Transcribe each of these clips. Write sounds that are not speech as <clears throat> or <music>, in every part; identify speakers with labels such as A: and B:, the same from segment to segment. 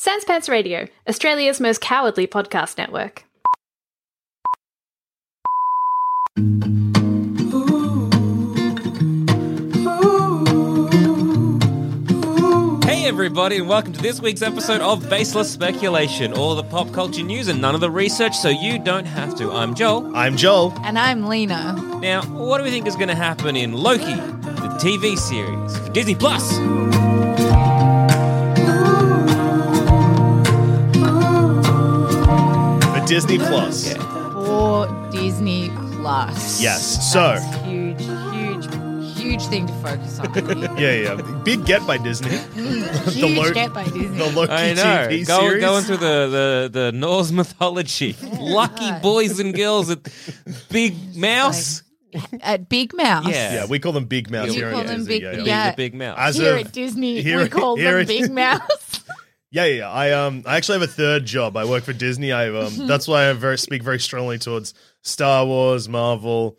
A: Sanspants Radio, Australia's most cowardly podcast network.
B: Hey, everybody, and welcome to this week's episode of Baseless Speculation, all the pop culture news and none of the research, so you don't have to. I'm Joel.
C: I'm Joel.
D: And I'm Lena.
B: Now, what do we think is going to happen in Loki, the TV series, for Disney Plus?
C: The Disney Plus.
D: For Disney Plus.
C: Yes. So,
D: That's huge, huge, huge thing to
C: <laughs>
D: focus on. the
C: yeah, yeah. Big get by Disney.
D: huge
C: lo-
D: get by Disney.
C: The Loki
B: I know.
C: TV
B: Go-
C: series.
B: Going through the, the, the Norse mythology. Lucky boys and girls at Big Mouse.
D: At Big Mouth.
B: Yeah.
C: yeah, we call them Big Mouth
B: You
C: here
B: call
C: in
D: them
C: Disney.
D: Big-
C: yeah,
B: Being
C: yeah.
D: yeah.
B: the Big Mouse.
C: As
D: Here
C: of-
D: at Disney,
C: here-
D: we call
C: here
D: them
C: at- <laughs>
D: Big Mouth.
C: yeah, yeah, yeah. I um, I actually have a third job. I work for Disney. I
B: <laughs>
C: um, that's why I very speak very strongly towards Star Wars, Marvel,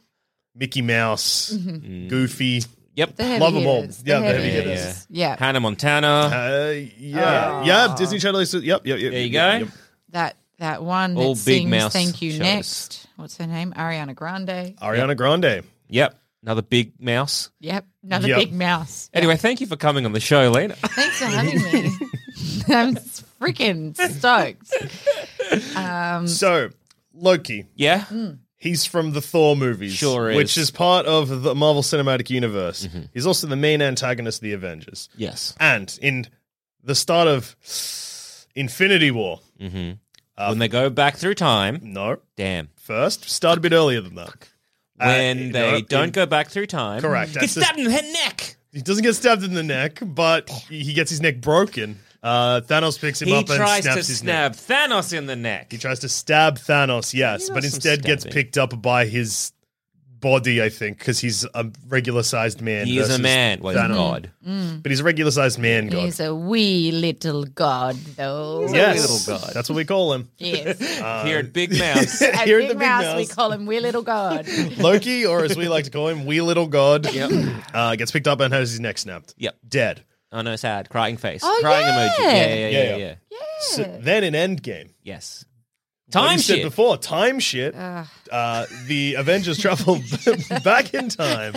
C: Mickey Mouse,
B: Mm-hmm.
C: Goofy.
B: Yep.
D: The heavy
C: Love 'em all.
D: hitters.
C: Yeah,
D: the
C: the
D: heavy
C: heavy
B: hitters.
D: hitters. Yeah.
B: Hannah Montana.
C: Uh, yeah, yeah. Disney Channel. Is, yep, yep, yep.
B: Ah. There you
C: yep,
B: go.
C: yep.
D: That that one that
B: All Big
D: sings
B: Mouth
D: Thank You
B: shows.
D: Next. What's her name? Ariana Grande.
C: Ariana Grande.
B: Yep. Another Big Mouse.
D: Yep. Another
C: Yep.
D: Big Mouse.
B: <laughs> Anyway, thank you for coming on the show, Lena. <laughs>
D: Thanks for having
C: <laughs>
D: me. <laughs> I'm freaking stoked. Um,
C: So Loki.
B: Yeah?
C: He's from the Thor movies,
B: Sure is. Mm-hmm.
C: which is part of the Marvel Cinematic Universe. He's also the main antagonist of the Avengers.
B: Yes.
C: And in the start of Infinity War,
B: when they go back through time,
C: no,
B: damn.
C: first start a bit earlier than that. Uh,
B: when they
C: no,
B: don't
C: in-
B: go back through time.
C: Correct.
B: Get
C: That's just-
B: stabbed in the head neck.
C: he doesn't get stabbed in the neck, but he gets his neck broken. Uh, Thanos picks him
B: He
C: up and
B: tries
C: snaps
B: to
C: his neck.
B: stab Thanos in the neck.
C: He tries to stab Thanos, yes,
B: You know
C: but
B: some
C: instead gets
B: stabbing.
C: picked up by his body, I think, because he's a regular sized man.
B: He is a
C: versus
B: man. Well, he's
C: Thanos.
B: God.
C: But he's a regular sized man god.
D: He's a wee little god, though.
B: He's a
C: yes.
B: little god.
C: That's what we call
D: <laughs>
C: him. <laughs>
D: Yes.
C: Uh,
B: Here at Big Mouse.
D: At
C: Here at
D: Big,
C: the Big
D: Mouse, we
C: Mouse.
D: call him wee little
C: <laughs>
D: god.
C: Loki, or as we like to call him, wee little god,
B: Yep.
C: <clears throat> uh, gets picked up and has his neck snapped.
B: Yep.
C: Dead.
B: Oh, no, sad. Crying face.
D: Oh,
B: Crying
D: yeah.
B: emoji. Yeah, yeah, yeah,
C: Yeah,
B: yeah.
C: yeah.
B: yeah.
C: So then in Endgame,
B: Yes.
C: like
B: Time
C: you said
B: shit.
C: before, time shit. Uh, the Avengers travel <laughs> back in
D: <laughs>
C: time.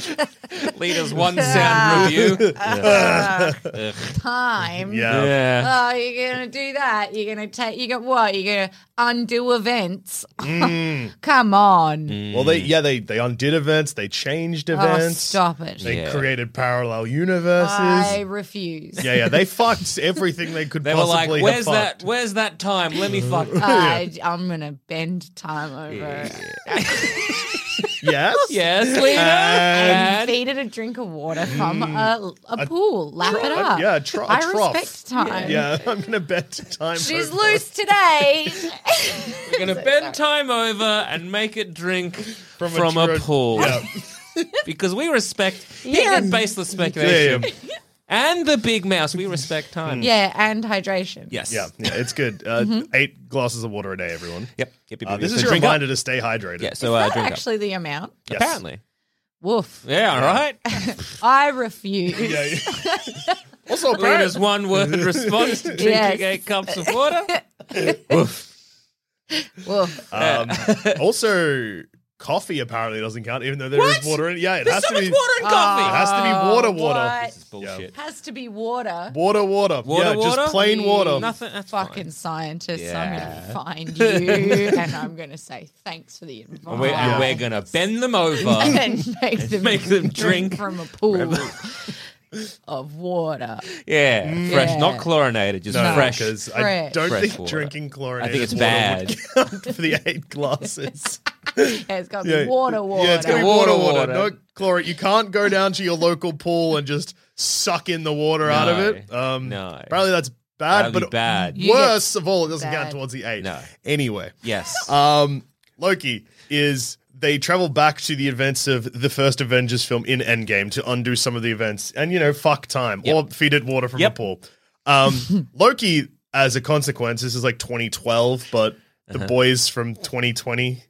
B: Leaders one sound
C: <laughs>
B: review.
D: Time.
C: Yeah.
B: Yeah.
D: Oh, you're gonna do that. You're gonna take. You got what? You're gonna undo events.
C: Mm.
D: <laughs> Come on.
C: Well, they yeah they they undid events, they changed
D: Oh,
C: Mm. events,
D: stop it.
C: they
B: Yeah.
C: created parallel universes.
D: I refuse.
C: yeah, yeah, they fucked everything they could
B: They were like,
C: possibly
B: "Where's
C: have
B: that?
C: fucked.
B: Where's that time? Let me
C: <laughs>
B: fuck."
D: <laughs> I, I'm gonna bend time over.
B: <laughs>
C: Yes,
B: yes, Lena. And,
D: and feed it a drink of water from a, a pool. Lap it
C: Mm. trough.
D: up.
C: Yeah, a tro- a
D: I
C: trough.
D: respect time.
C: yeah. I'm gonna bet time.
D: She's
C: over.
D: loose
C: <laughs>
D: today.
B: we're gonna bend time over and make it
C: <laughs>
B: drink from,
C: a
B: a,
C: dro-
B: pool.
C: Yeah.
B: <laughs> because we respect here at baseless speculation
C: Yeah,
B: and the big mouse we respect time
D: yeah, and hydration.
B: yes
C: yeah, yeah, it's good.
B: <laughs>
C: Uh,
B: Mm-hmm.
C: Eight glasses of water a day, everyone.
B: yep, yep, yep,
C: Uh,
B: yep.
C: this
B: So
C: is your
B: drink up.
C: reminder to stay hydrated.
B: yeah
C: Yes.
B: so uh,
D: Not
B: drink up
D: actually the amount.
C: Yes.
B: apparently
D: Woof.
B: yeah all right
D: <laughs> I refuse.
C: <laughs> Yeah, yeah. also,
B: Lena's
C: apparently,
B: one
C: <laughs>
B: word response to drinking
D: Yes.
B: eight cups of
D: <laughs>
B: water
D: <laughs> Woof.
B: <laughs>
C: um, also coffee apparently doesn't count, even though there is
B: What?
C: water in it. Yeah, it
B: there's
C: has
B: so
C: to
B: much
C: be
B: water in Ah, coffee
C: It has to be water, water,
D: What?
B: This is bullshit
D: Has to be water.
C: water, water.
B: Water,
C: yeah,
B: water? Mm,
C: just plain water.
B: nothing that's
D: Fucking
B: fine.
D: scientists,
B: Yeah.
D: I'm going to find
B: <laughs>
D: you and I'm going to say thanks for the invite.
B: and we're, and we're gonna bend them
D: <laughs> And
B: over
D: then make them,
B: make them drink.
D: from a pool <laughs> of water.
B: yeah fresh
D: Yeah.
B: not chlorinated just
C: No,
B: fresh
C: because I
D: Fresh.
C: don't
B: Fresh
C: think
B: water.
C: drinking chlorinated
B: I think it's
C: water
B: bad.
C: would count for the
B: <laughs>
C: eight glasses.
D: Yeah, it's got
C: Yeah.
D: water, water.
C: Yeah, it's gonna be
B: Water,
C: water, water.
B: water.
C: No chlorate. You can't go down to your local pool and just suck in the water out of it. Um,
B: No.
C: Apparently that's bad,
B: that'd be
C: but
B: bad
D: You
C: worse of all, it doesn't count
D: bad.
C: towards the eight.
B: No.
C: Anyway,
B: yes
C: um, Loki is they travel back to the events of the first Avengers film in Endgame to undo some of the events and you know fuck time or feed it water from
B: Yep.
C: a pool. Um, <laughs> Loki, as a consequence, this is like 2012, but
B: Uh-huh.
C: the boys from 2020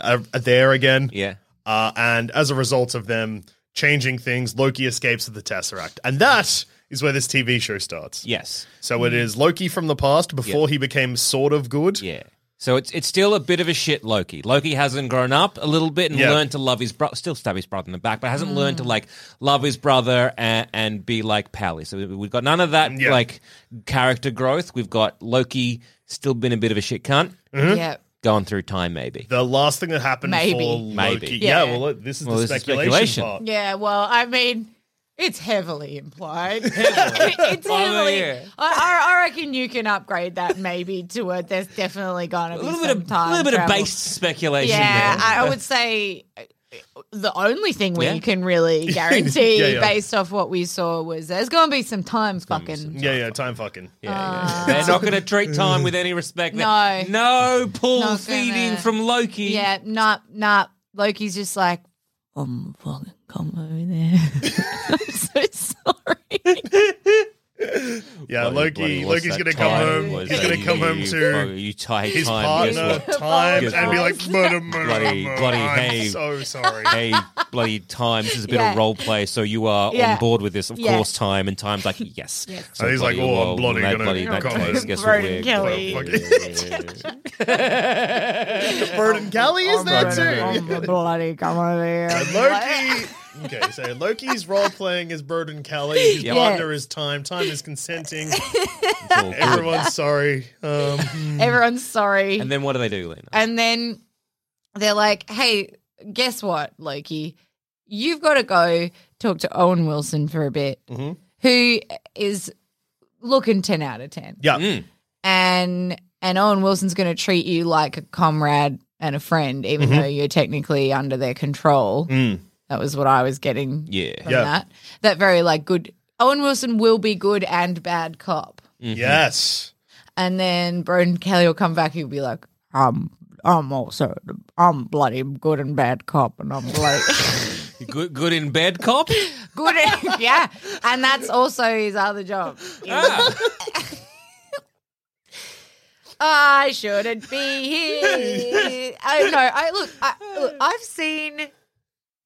C: are, are there again.
B: Mm-hmm. yeah
C: Uh, and as a result of them changing things, Loki escapes with the Tesseract. And that is where this TV show starts.
B: Yes.
C: So it is Loki from the past before he became sort of good.
B: Yeah. So it's it's still a bit of a shit Loki. Loki hasn't grown up a little bit and
C: Yeah.
B: learned to love his brother. Still stab his brother in the back, but hasn't learned
D: Mm.
B: to like love his brother and, and be like pally. So we- we've got none of that
C: Yeah.
B: like character growth. We've got Loki still been a bit of a shit cunt
D: Yeah.
B: going through time maybe.
C: The last thing that happened
D: Maybe.
C: for
B: Maybe.
C: Loki. Yeah.
D: Yeah.
C: well, look, this is
B: Well,
C: the
B: this is
C: speculation,
B: speculation.
C: part.
D: Yeah, well, I mean, it's
B: <laughs>
D: heavily implied. it's
B: Oh,
D: heavily.
B: yeah.
D: I, I, I reckon you can upgrade that maybe to a. There's definitely going to
B: A
D: be
B: little
D: some
B: bit of
D: time
B: little bit of
D: travel.
B: base speculation.
D: Yeah,
B: there. <laughs>
D: I, I would say uh, the only thing
B: <laughs>
D: we
B: Yeah.
D: can really guarantee,
C: Yeah, yeah.
D: based off what we saw, was there's going to be some time fucking.
C: Yeah, yeah, time fucking.
B: Yeah,
D: Ah.
B: yeah. They're not going to treat time with any respect.
D: <laughs> No.
B: no pull
D: Not
B: feeding
D: gonna.
B: from Loki.
D: Yeah, not not Loki's just like, um, fucking come over there. <laughs> I'm so
B: <laughs>
D: sorry.
C: Yeah,
B: Bloody- bloody
C: Uh, Loki.
B: was
C: Loki's
B: that
C: gonna come
B: time,
C: home.
B: was
C: He's
B: that
C: gonna come
B: you,
C: home to
B: fuck- you tie
C: his
B: time.
C: partner,
B: Guess what?
C: time,
B: Guess
C: and be
B: what?
C: like, murder, murder,
B: Bloody-
C: murder.
B: bloody
C: I'm
B: hey.
C: so sorry.
B: hey, bloody time. This is a bit
D: Yeah.
B: of role play, so you are
D: Yeah.
B: on board with this, of
D: Yeah.
B: course. Time and time's like yes.
D: Yes.
B: So
C: And he's like,
B: bloody
C: "Oh, I'm
B: well,
C: bloody
B: that
C: gonna
B: bloody that
C: come
B: case,
C: home."
B: guess what
D: Vernon
B: we're-
D: Kelly.
B: we're-
D: <laughs>
B: we're-
C: Burden Kelly is there too.
D: I'm bloody come
B: <laughs>
D: over here.
C: Loki. Okay, so Loki's role playing is Burden
D: <laughs>
C: Kelly. His
B: Yeah.
C: partner is Time. Time is consenting.
B: It's all good.
C: Everyone's sorry. Um,
D: Everyone's sorry.
B: Mm. And then what do they do, Lena?
D: And then they're like, hey, guess what, Loki? You've got to go talk to Owen Wilson for a bit,
B: Mm-hmm.
D: who is looking 10 out of 10.
C: yeah,
B: Mm,
D: And and Owen Wilson's going to treat you like a comrade and a friend, even
B: Mm-hmm.
D: though you're technically under their control. That was what I was getting
B: Mm. Yeah.
D: from
C: Yeah.
D: that. That very like good. Owen Wilson will be good and bad cop.
B: Mm-hmm.
C: yes.
D: And then Broden Kelly will come back. He'll be like, "I'm, I'm also, I'm bloody good and bad cop, and I'm bloody
B: Good, good in bed, cop.
D: <laughs> good, and, <laughs> yeah." And that's also his other job.
B: Ah.
D: I shouldn't be here. I know. I look. I, look I've seen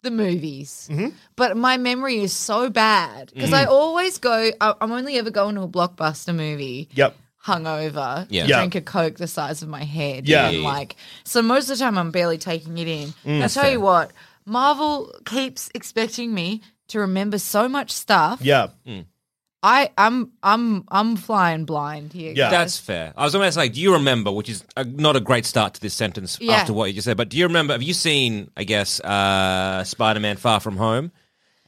D: the movies, but my memory is so bad because I always go. I, I'm only ever going to a blockbuster movie.
C: Yep.
D: hungover,
B: Yeah.
C: Yeah.
D: drink a Coke the size of my head.
C: Yeah. Mm.
D: And like, so most of the time I'm barely taking it in. I tell you what, Marvel keeps expecting me to remember so much stuff.
C: Yeah.
D: I, I'm, I'm, I'm flying blind here.
C: Yeah.
D: guys.
B: That's fair. I was almost like, do you remember? Which is uh not a great start to this sentence
D: Yeah.
B: after what you just said. But do you remember? Have you seen? I guess uh, Spider-Man: Far From Home,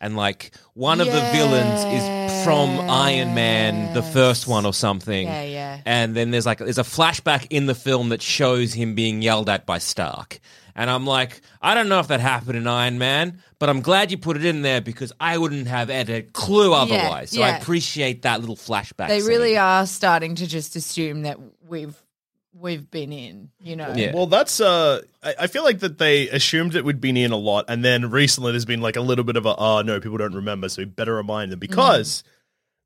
B: and like one of the villains is from Iron Man, the first one or something.
D: Yeah, yeah.
B: And then there's like there's a flashback in the film that shows him being yelled at by Stark. And I'm like, I don't know if that happened in Iron Man, but I'm glad you put it in there because I wouldn't have had a clue otherwise. so I
D: yeah.
B: appreciate that little flashback.
D: They
B: scene.
D: really are starting to just assume that we've, we've been in, you know.
B: Yeah.
C: Well, that's uh, I, I feel like that they assumed it would be in a lot, and then recently there's been like a little bit of a oh no, people don't remember, so we better remind
D: Mm-hmm.
C: them because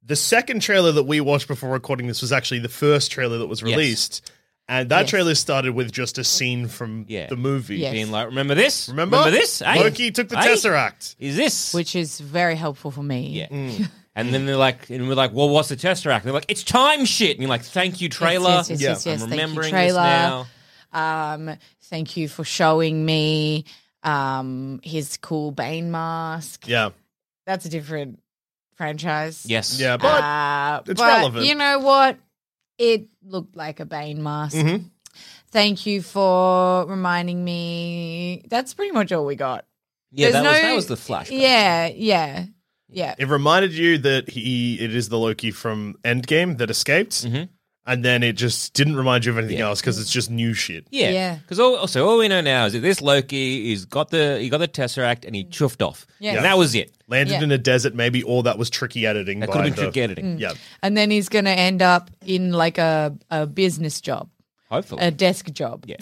C: the second trailer that we watched before recording this was actually the first trailer that was
B: Yes.
C: released, and that
D: Yes.
C: trailer started with just a scene from
B: Yeah.
C: the movie.
D: Yes.
B: being like, remember this?
C: Remember?
B: this? Hey?
C: Loki took the
B: Hey?
C: Tesseract.
B: Is this?
D: Which is very helpful for me.
B: yeah. And then they're like, and we're like, well, what's the Tesseract? And they're like, it's time shit. And you're like, thank you, trailer.
D: yes, yes,
C: Yeah.
D: yes, yes.
B: I'm
D: Thank you,
B: remembering this
D: trailer.
B: now.
D: um, thank you for showing me um, his cool Bane mask.
C: Yeah,
D: That's a different franchise.
B: Yes.
C: yeah, but
D: uh,
C: it's
D: but
C: relevant.
D: You know what? It looked like a Bane mask.
C: Mhm.
D: Thank you for reminding me. That's pretty much all we got.
B: Yeah, that,
D: There's
B: was,
D: no-
B: that was the flashback.
D: Yeah, yeah, yeah.
C: it reminded you that he it is the Loki from Endgame that escaped,
B: Mhm.
C: and then it just didn't remind you of anything
B: Yeah.
C: else because it's just new shit.
B: Yeah,
D: Yeah.
B: because also all we know now is that this Loki is got the he got the tesseract and he chuffed off.
D: Yes.
B: and that was it.
C: Landed
D: Yeah.
C: in a desert, maybe, or that was tricky editing.
B: That
C: by
B: could have been
C: the-
B: trick
D: Mm.
B: editing,
C: Yeah.
D: And then he's going to end up in like a, a business job,
B: hopefully.
D: a desk job.
B: yeah,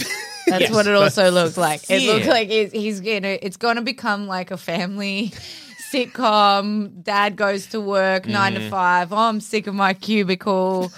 D: That's
B: Yes.
D: what it also looks like. It
B: Yeah.
D: looks like it, he's gonna. It's gonna become like a family <laughs>
B: Mm.
D: sitcom. Dad goes to work nine to five. Oh, I'm sick of my cubicle.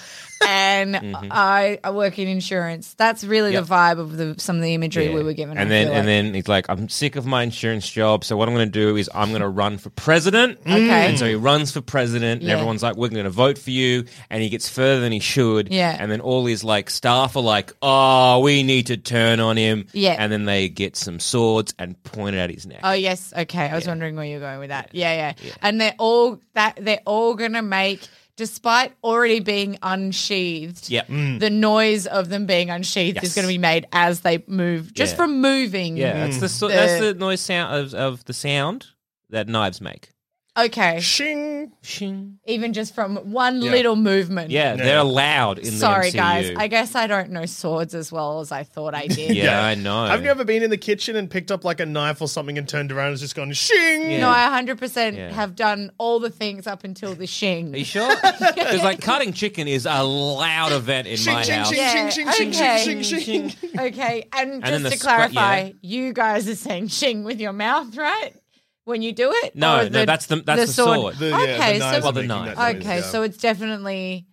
D: and I, I work in insurance. That's really
B: Mm-hmm. Yep.
D: the vibe of the some of the imagery
B: Yeah.
D: we were given. I
B: And then
D: feel
B: and
D: like.
B: then he's like, I'm sick of my insurance job, so what I'm gonna do is I'm gonna run for president.
D: <laughs> Okay.
B: And so he runs for president and
D: Yeah.
B: everyone's like, We're gonna vote for you and he gets further than he should.
D: Yeah.
B: And then all his like staff are like, Oh, we need to turn on him.
D: Yeah.
B: And then they get some swords and point it at his neck.
D: Oh yes, okay. I was wondering where you were going with that. Yeah, yeah. And they're all that they're all gonna make, despite already being unsheathed.
B: Yep.
D: The noise of them being unsheathed
B: Mm. Yes.
D: is going to be made as they move, just
B: Yeah.
D: from moving.
B: Yeah, that's the, so-
D: Mm. The-
B: that's the noise sound of, of the sound that knives make.
D: Okay.
C: Shing.
B: Shing.
D: Even just from one
B: Yeah.
D: little movement.
B: Yeah, they're loud in the
D: Sorry,
B: MCU.
D: guys. I guess I don't know swords as well as I thought I did.
B: Oh, yeah, I know.
C: I've never been in the kitchen and picked up like a knife or something and turned around and it's just gone shing.
B: Yeah.
D: No, I 100%
B: Yeah.
D: have done all the things up until the shing.
B: <laughs> Are you
D: <laughs>
B: sure? Because like cutting chicken is a loud event in
C: Shing,
B: my
C: shing,
B: house.
C: shing, shing,
D: Yeah,
C: shing, shing,
D: okay.
C: shing, shing, shing.
D: Okay, and,
B: then
D: just
B: the
D: to
B: squa-
D: clarify,
B: yeah.
D: you guys are saying shing with your mouth, right? When you do it?
B: No,
D: Or
B: no, that's the- that's the sword.
C: The- yeah, the
D: okay,
C: knives
D: so
C: are
B: Well, the
C: making that
B: knife.
C: noise,
D: okay,
C: yeah.
D: so it's definitely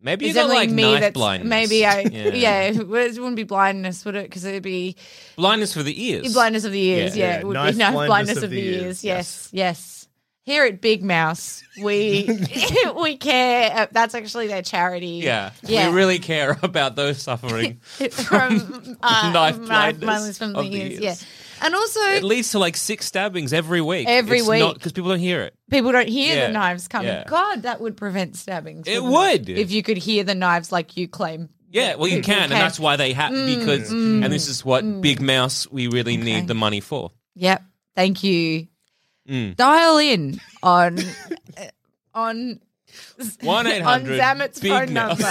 B: Maybe you
D: it's
B: got
D: definitely
B: like
D: me
B: knife
D: that's
B: blindness.
D: maybe I yeah, it wouldn't be blindness, would it? Because it'd be
B: blindness for the ears.
D: blindness of the ears.
B: Yeah.
D: Yeah,
C: Yeah,
D: it would
C: knife
D: be knife blindness, of, the ears.
C: yes.
D: Yes, yes. Here at Big Mouse, <laughs> we we care. uh, That's actually their charity.
B: Yeah.
D: Yeah.
B: we really care <laughs> about those suffering.
D: <laughs>
B: <laughs>
D: from uh,
B: knife
D: knife
B: blindness
D: blindness from the
B: of the
D: ears.
B: ears.
D: Yeah, and also
B: It leads to like six stabbings every week.
D: Every week.
B: because people don't hear it.
D: people don't hear
B: Yeah,
D: the knives coming.
B: yeah.
D: God, that would prevent stabbings.
B: It
D: wouldn't
B: would.
D: if you could hear the knives like you claim.
B: Yeah, well, you
D: people
B: can, and that's why they have
D: Mm,
B: because, and this is what Big Mouse we really need the money for.
D: Yep. Thank you.
B: Mm.
D: Dial in on uh, on
B: One eight hundred
D: <laughs> on Zamet's phone
B: <laughs>
D: number.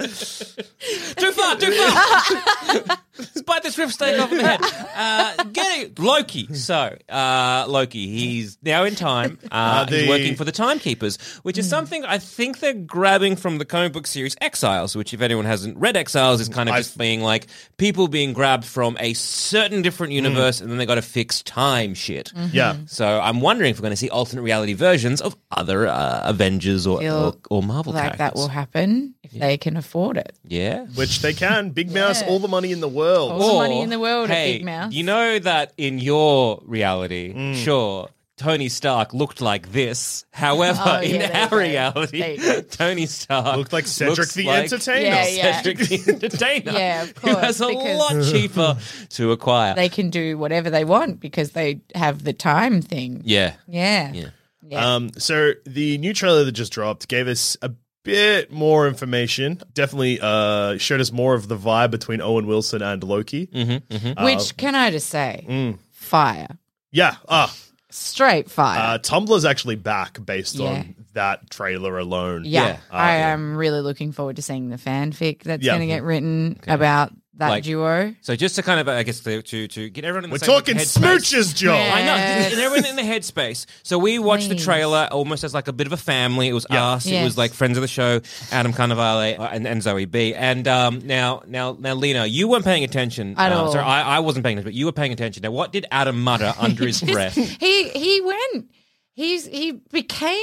B: too far, too far. Spite this rib steak off my head. Uh, get it, Loki. So uh, Loki, he's now in time. Uh,
C: the-
B: He's working for the Timekeepers, which is something I think they're grabbing from the comic book series Exiles. Which, if anyone hasn't read Exiles, is kind of
C: I've-
B: just being like people being grabbed from a certain different universe, and then they got to fix time shit.
C: Yeah.
D: Mm.
B: So I'm wondering if we're going to see alternate reality versions of other uh, Avengers or, or
D: Feel
B: or Marvel
D: like that
B: characters.
D: will happen if they can afford it.
B: yeah.
C: Which they can. Big Mouse, all the money in the world.
D: All the money in the world at
B: hey,
D: Big Mouth.
B: You know that in your reality,
C: Mm.
B: sure, Tony Stark looked like this. However,
D: Oh,
B: in
D: yeah, there you
B: our
D: go. There
B: reality,
D: you go.
B: Tony Stark
C: Looked like Cedric
B: looks
C: the
B: like
C: Entertainer.
D: Yeah, yeah.
B: Cedric the
C: <laughs>
B: Entertainer.
D: Yeah, of
B: Who has a
D: course, because-
B: lot cheaper to acquire.
D: They can do whatever they want because they have the time thing.
B: yeah.
D: Yeah.
B: Yeah.
D: Yeah.
C: Um, so the new trailer that just dropped gave us a bit more information. Definitely uh, showed us more of the vibe between Owen Wilson and Loki.
B: Mm-hmm, mm-hmm.
D: Which can I just say?
C: Mm.
D: Fire.
C: Yeah. Ah,
D: Straight fire.
C: uh, Tumblr's actually back based
D: Yeah.
C: on that trailer alone.
D: yeah.
B: yeah.
D: I
C: Uh,
D: am really looking forward to seeing the fanfic that's
C: Yeah.
D: going to get written about that
B: Like-
D: duo.
B: So just to kind of, uh, I guess, to to, to get everyone in the
C: We're
B: same
C: talking
B: headspace.
C: smooches, Joel.
D: Yeah.
B: I know,
D: Yes.
B: and everyone in the headspace. So we watched the
D: Please.
B: trailer almost as like a bit of a family. It was
C: Yeah.
B: us, it
D: Yes.
B: was like friends of the show, Adam Carnivale uh, and, and Zoe B. And um, now, now, now, Lena, you weren't paying attention.
D: At
B: uh,
D: all.
B: Sorry, I, I wasn't paying attention, but you were paying attention. Now, what did Adam mutter under
D: <laughs>
B: his breath?
D: he he went. He's he became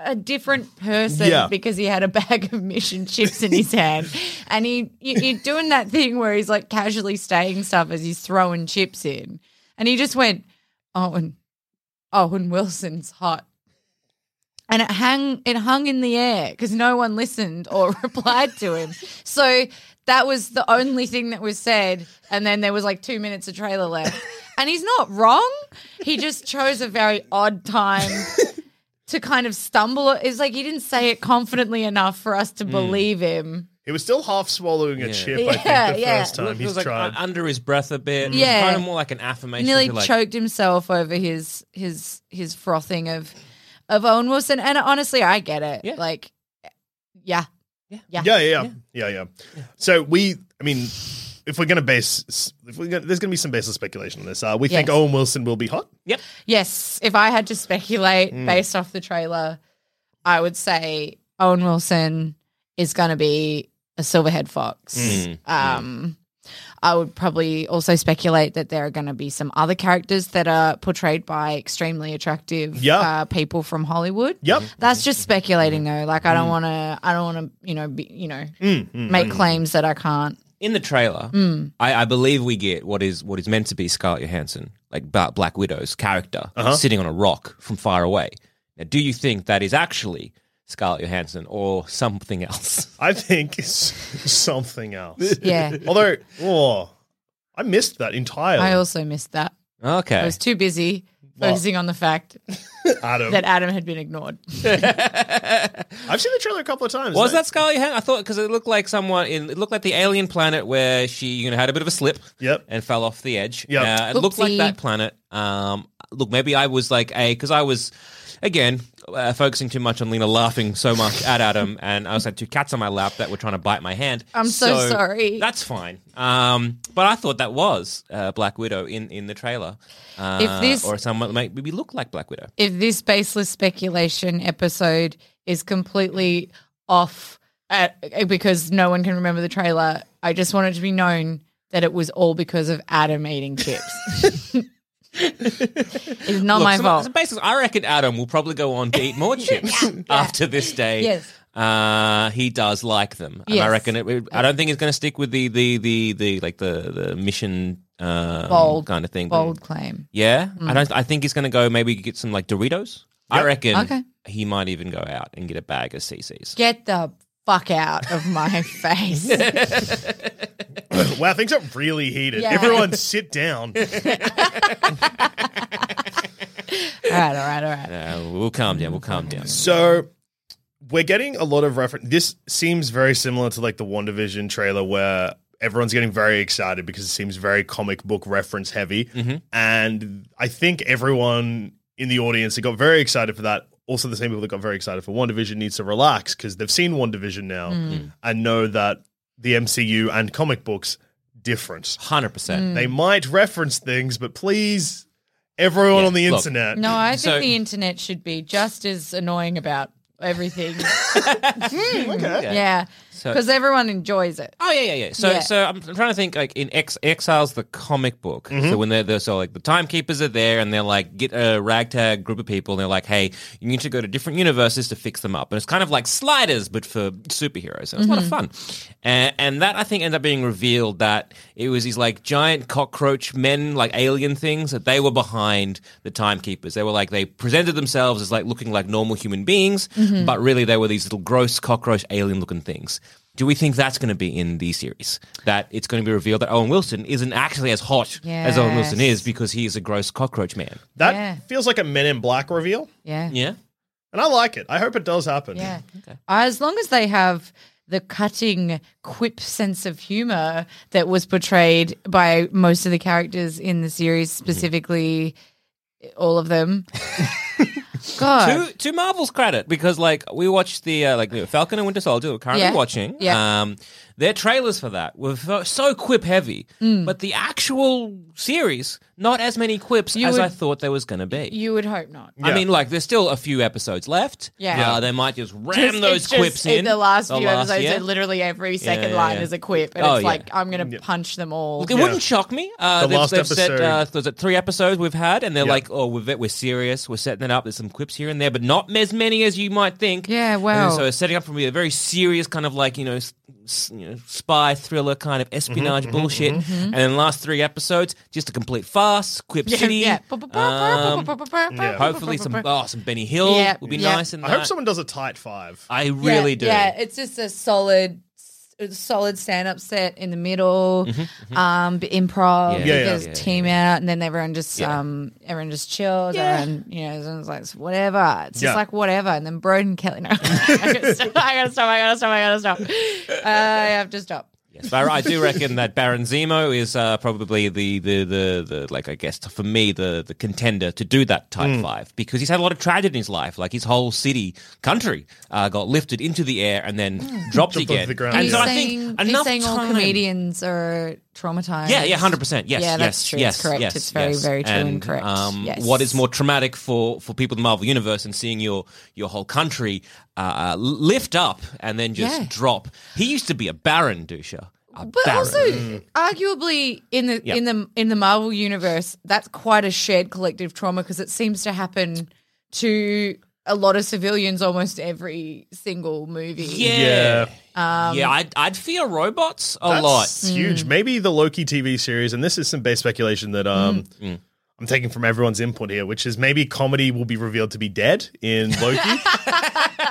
D: a different person
C: Yeah.
D: because he had a bag of mission chips in his hand, and he you, you're doing that thing where he's like casually saying stuff as he's throwing chips in, and he just went, oh and oh and Wilson's hot. And it hung, it hung in the air because no one listened or <laughs> replied to him. So that was the only thing that was said. And then there was like two minutes of trailer left. And he's not wrong. He just chose a very odd time to kind of stumble. It's like he didn't say it confidently enough for us to
B: Hmm.
D: believe him.
C: He was still half swallowing a chip, I
D: Yeah,
C: think, the
D: yeah.
C: first time
B: it
C: he's
B: was like uh,
C: tried.
B: un- under his breath a bit.
D: Yeah.
B: kind of more like an affirmation.
D: Nearly
B: to like,
D: choked himself over his his his frothing of of Owen Wilson. And honestly, I get it.
B: Yeah.
D: Like, yeah,
B: uh,
C: yeah, yeah, yeah, yeah, yeah, So we, I mean, if we're gonna base, if we're gonna, there's gonna be some baseless speculation on this. Uh, we think
D: Yes.
C: Owen Wilson will be hot.
B: Yep.
D: Yes, if I had to speculate based off the trailer, I would say Owen Wilson is going to be a silverhead fox.
B: Mm,
D: Um, I would probably also speculate that there are going to be some other characters that are portrayed by extremely attractive
C: Yeah.
D: uh, people from Hollywood.
C: Yep.
D: That's just speculating though. Like I don't want to. I don't want to. You know. Be, you know.
C: Hmm. Mm-hmm.
D: make claims that I can't.
B: in the trailer, I, I believe we get what is what is meant to be Scarlett Johansson, like Ba- Black Widow's character, sitting on a rock from far away. Now, do you think that is actually Scarlett Johansson or something else? <laughs>
C: I think it's something else.
D: Yeah.
C: Although, oh, I missed that entirely.
D: I also missed that. I
B: Okay,
D: was too busy focusing on the fact
C: Adam,
D: that Adam had been ignored.
C: I've seen the trailer a couple of times.
B: was
C: Like,
B: that Scarlett Johansson? I thought because it looked like someone in it looked like the alien planet where she you know had a bit of a slip,
C: Yep.
B: and fell off the edge.
C: Yep.
B: Uh, it looked like
D: Oopsie.
B: that planet. Um, look, maybe I was like a because I was again uh, focusing too much on Lena laughing so much at Adam, <laughs> and I also had two cats on my lap that were trying to bite my hand.
D: I'm so sorry.
B: That's fine. Um, but I thought that was uh, Black Widow in in the trailer. Uh,
D: If this-
B: or someone may- maybe look like Black Widow.
D: If this baseless speculation episode is completely off at, because no one can remember the trailer, I just want it to be known that it was all because of Adam eating chips.
B: <laughs>
D: <laughs> it's not
B: Look,
D: Oh, my
B: so- so
D: fault.
B: basically, I reckon Adam will probably go on to eat
D: <laughs>
B: more chips after this day.
D: Yes.
B: Uh, he does like them, and I
D: Yes.
B: reckon it. I don't think he's going to stick with the the the the like the the mission um,
D: Bold.
B: kind of thing. but-
D: Bold Mm. claim.
B: Yeah, I don't. I think he's going to go maybe get some like Doritos. I reckon
D: Okay.
B: he might even go out and get a bag of CCs.
D: Get the fuck out of
B: <laughs>
D: my face.
C: Wow, things are really heated.
D: Yeah.
C: Everyone, sit down.
D: all right, all right, all right.
B: Uh, we'll calm down. We'll calm down.
D: Mm.
C: So we're getting a lot of reference. This seems very similar to like the WandaVision trailer where everyone's getting very excited because it seems very comic book reference heavy.
B: Mm-hmm.
C: And I think everyone in the audience that got very excited for that, also the same people that got very excited for WandaVision, needs to relax because they've seen WandaVision now
D: Mm.
B: Mm.
C: and know that the MCU and comic books different.
B: Hundred percent.
D: Mm.
C: They might reference things, but please, everyone
B: Yeah,
C: on the
B: look.
C: internet.
D: No, I think
B: So-
D: the internet should be just as annoying about
B: <laughs>
D: everything. Hmm.
B: Okay.
D: yeah,
B: So-
D: because everyone enjoys it.
B: Oh yeah, yeah, yeah. So,
D: Yeah.
B: so I'm I'm trying to think like in X Exiles, the comic book. So when they're, they're so like the timekeepers are there, and they're like get a ragtag group of people, and they're like, hey, you need to go to different universes to fix them up, and it's kind of like sliders, but for superheroes. And it's a lot of fun, and, and that I think ended up being revealed that it was these like giant cockroach men, like alien things, that they were behind the timekeepers. They were like they presented themselves as like looking like normal human beings, but really they were these little gross cockroach alien looking things. Do we think that's going to be in the series? That it's going to be revealed that Owen Wilson isn't actually as hot as Owen Wilson
D: Yes.
B: is because he is a gross cockroach man.
C: That
D: Yeah.
C: feels like a Men in Black reveal.
D: Yeah,
B: Yeah.
C: And I like it. I hope it does happen.
D: yeah. As long as they have the cutting quip sense of humor that was portrayed by most of the characters in the series, specifically all of them. God,
B: To, to Marvel's credit, because like we watched the uh, like the Falcon and Winter Soldier, we're currently
D: Yeah.
B: watching.
D: Yeah.
B: Um, their trailers for that were fo- so quip heavy,
D: Mm.
B: but the actual series not as many quips
D: You
B: as
D: would-
B: I thought there was going to be.
D: you would hope not.
B: I
C: Yeah.
B: mean, like, there's still a few episodes left.
D: Yeah.
B: Uh, they might just ram
D: Just-
B: those
D: it's just
B: quips in.
D: the last few episodes.
B: yeah.
D: they're Literally every second
B: yeah,
D: line
B: yeah.
D: is a quip, and
B: Oh,
D: it's
B: yeah.
D: like I'm going to punch them all.
B: It wouldn't shock me. Uh,
C: The
B: they've,
C: last
B: they've Set,
C: episode.
B: uh, was it three episodes we've had, and they're
C: Yeah.
B: like, "Oh, we're we're serious. We're setting it up. There's some quips here and there, but not as many as you might think."
D: Yeah, wow.
B: And so it's setting up for me a very serious kind of like you know, s- s- you know spy thriller kind
C: Mm-hmm,
B: of espionage bullshit. And then last three episodes, just a complete farce, quip city.
D: Yeah.
B: Um,
C: yeah.
B: hopefully some oh, some Benny Hill
D: Yeah,
B: would be
D: yeah.
B: nice. In
C: I
B: that.
C: hope someone does a tight five.
B: I really
D: yeah,
B: do.
D: Yeah, it's just a solid, a solid stand-up set in the middle, um, b- improv.
B: Mm-hmm, Yeah,
C: yeah,
D: there's
B: yeah,
D: team out, and then everyone just um, everyone just chills. Everyone, you know, everyone's like whatever. It's
C: Yeah.
D: just like whatever. And then Broden
B: <laughs>
D: Kelly, no, <laughs> I gotta stop. I gotta stop. I gotta stop. I gotta stop. Uh, I have to stop.
B: Yes, but I do reckon that Baron Zemo is uh, probably the, the, the, the like I guess for me the, the contender to do that type
C: Mm.
B: five because he's had a lot of tragedy in his life. Like his whole city, country, uh, got lifted into the air and then dropped,
C: onto
B: again.
C: the ground.
B: And
D: Mm. He's
C: so I
D: saying, he's saying all
B: time-
D: comedians are traumatized.
B: Yeah, yeah, hundred percent. Yes,
D: Yeah, that's
B: yes,
D: true.
B: Yes,
D: It's correct.
B: yes,
D: It's very,
B: yes.
D: very true and
B: And,
D: correct.
B: Um,
D: Yes.
B: What is more traumatic for for people in the Marvel universe and seeing your your whole country uh, lift up and then just
D: Yeah.
B: drop? He used to be a baron, Dusha. But
D: But also,
C: Mm.
D: arguably in the
B: Yeah.
D: in the in the Marvel universe, that's quite a shared collective trauma because it seems to happen to a lot of civilians almost every single movie.
B: yeah,
C: Yeah.
B: yeah, I'd, I'd fear robots a lot.
C: That's huge.
D: Mm.
C: Maybe the Loki TV series, and this is some base speculation that um,
D: Mm.
B: Mm.
C: I'm taking from everyone's input here, which is maybe comedy will be revealed to be dead in Loki.
D: <laughs>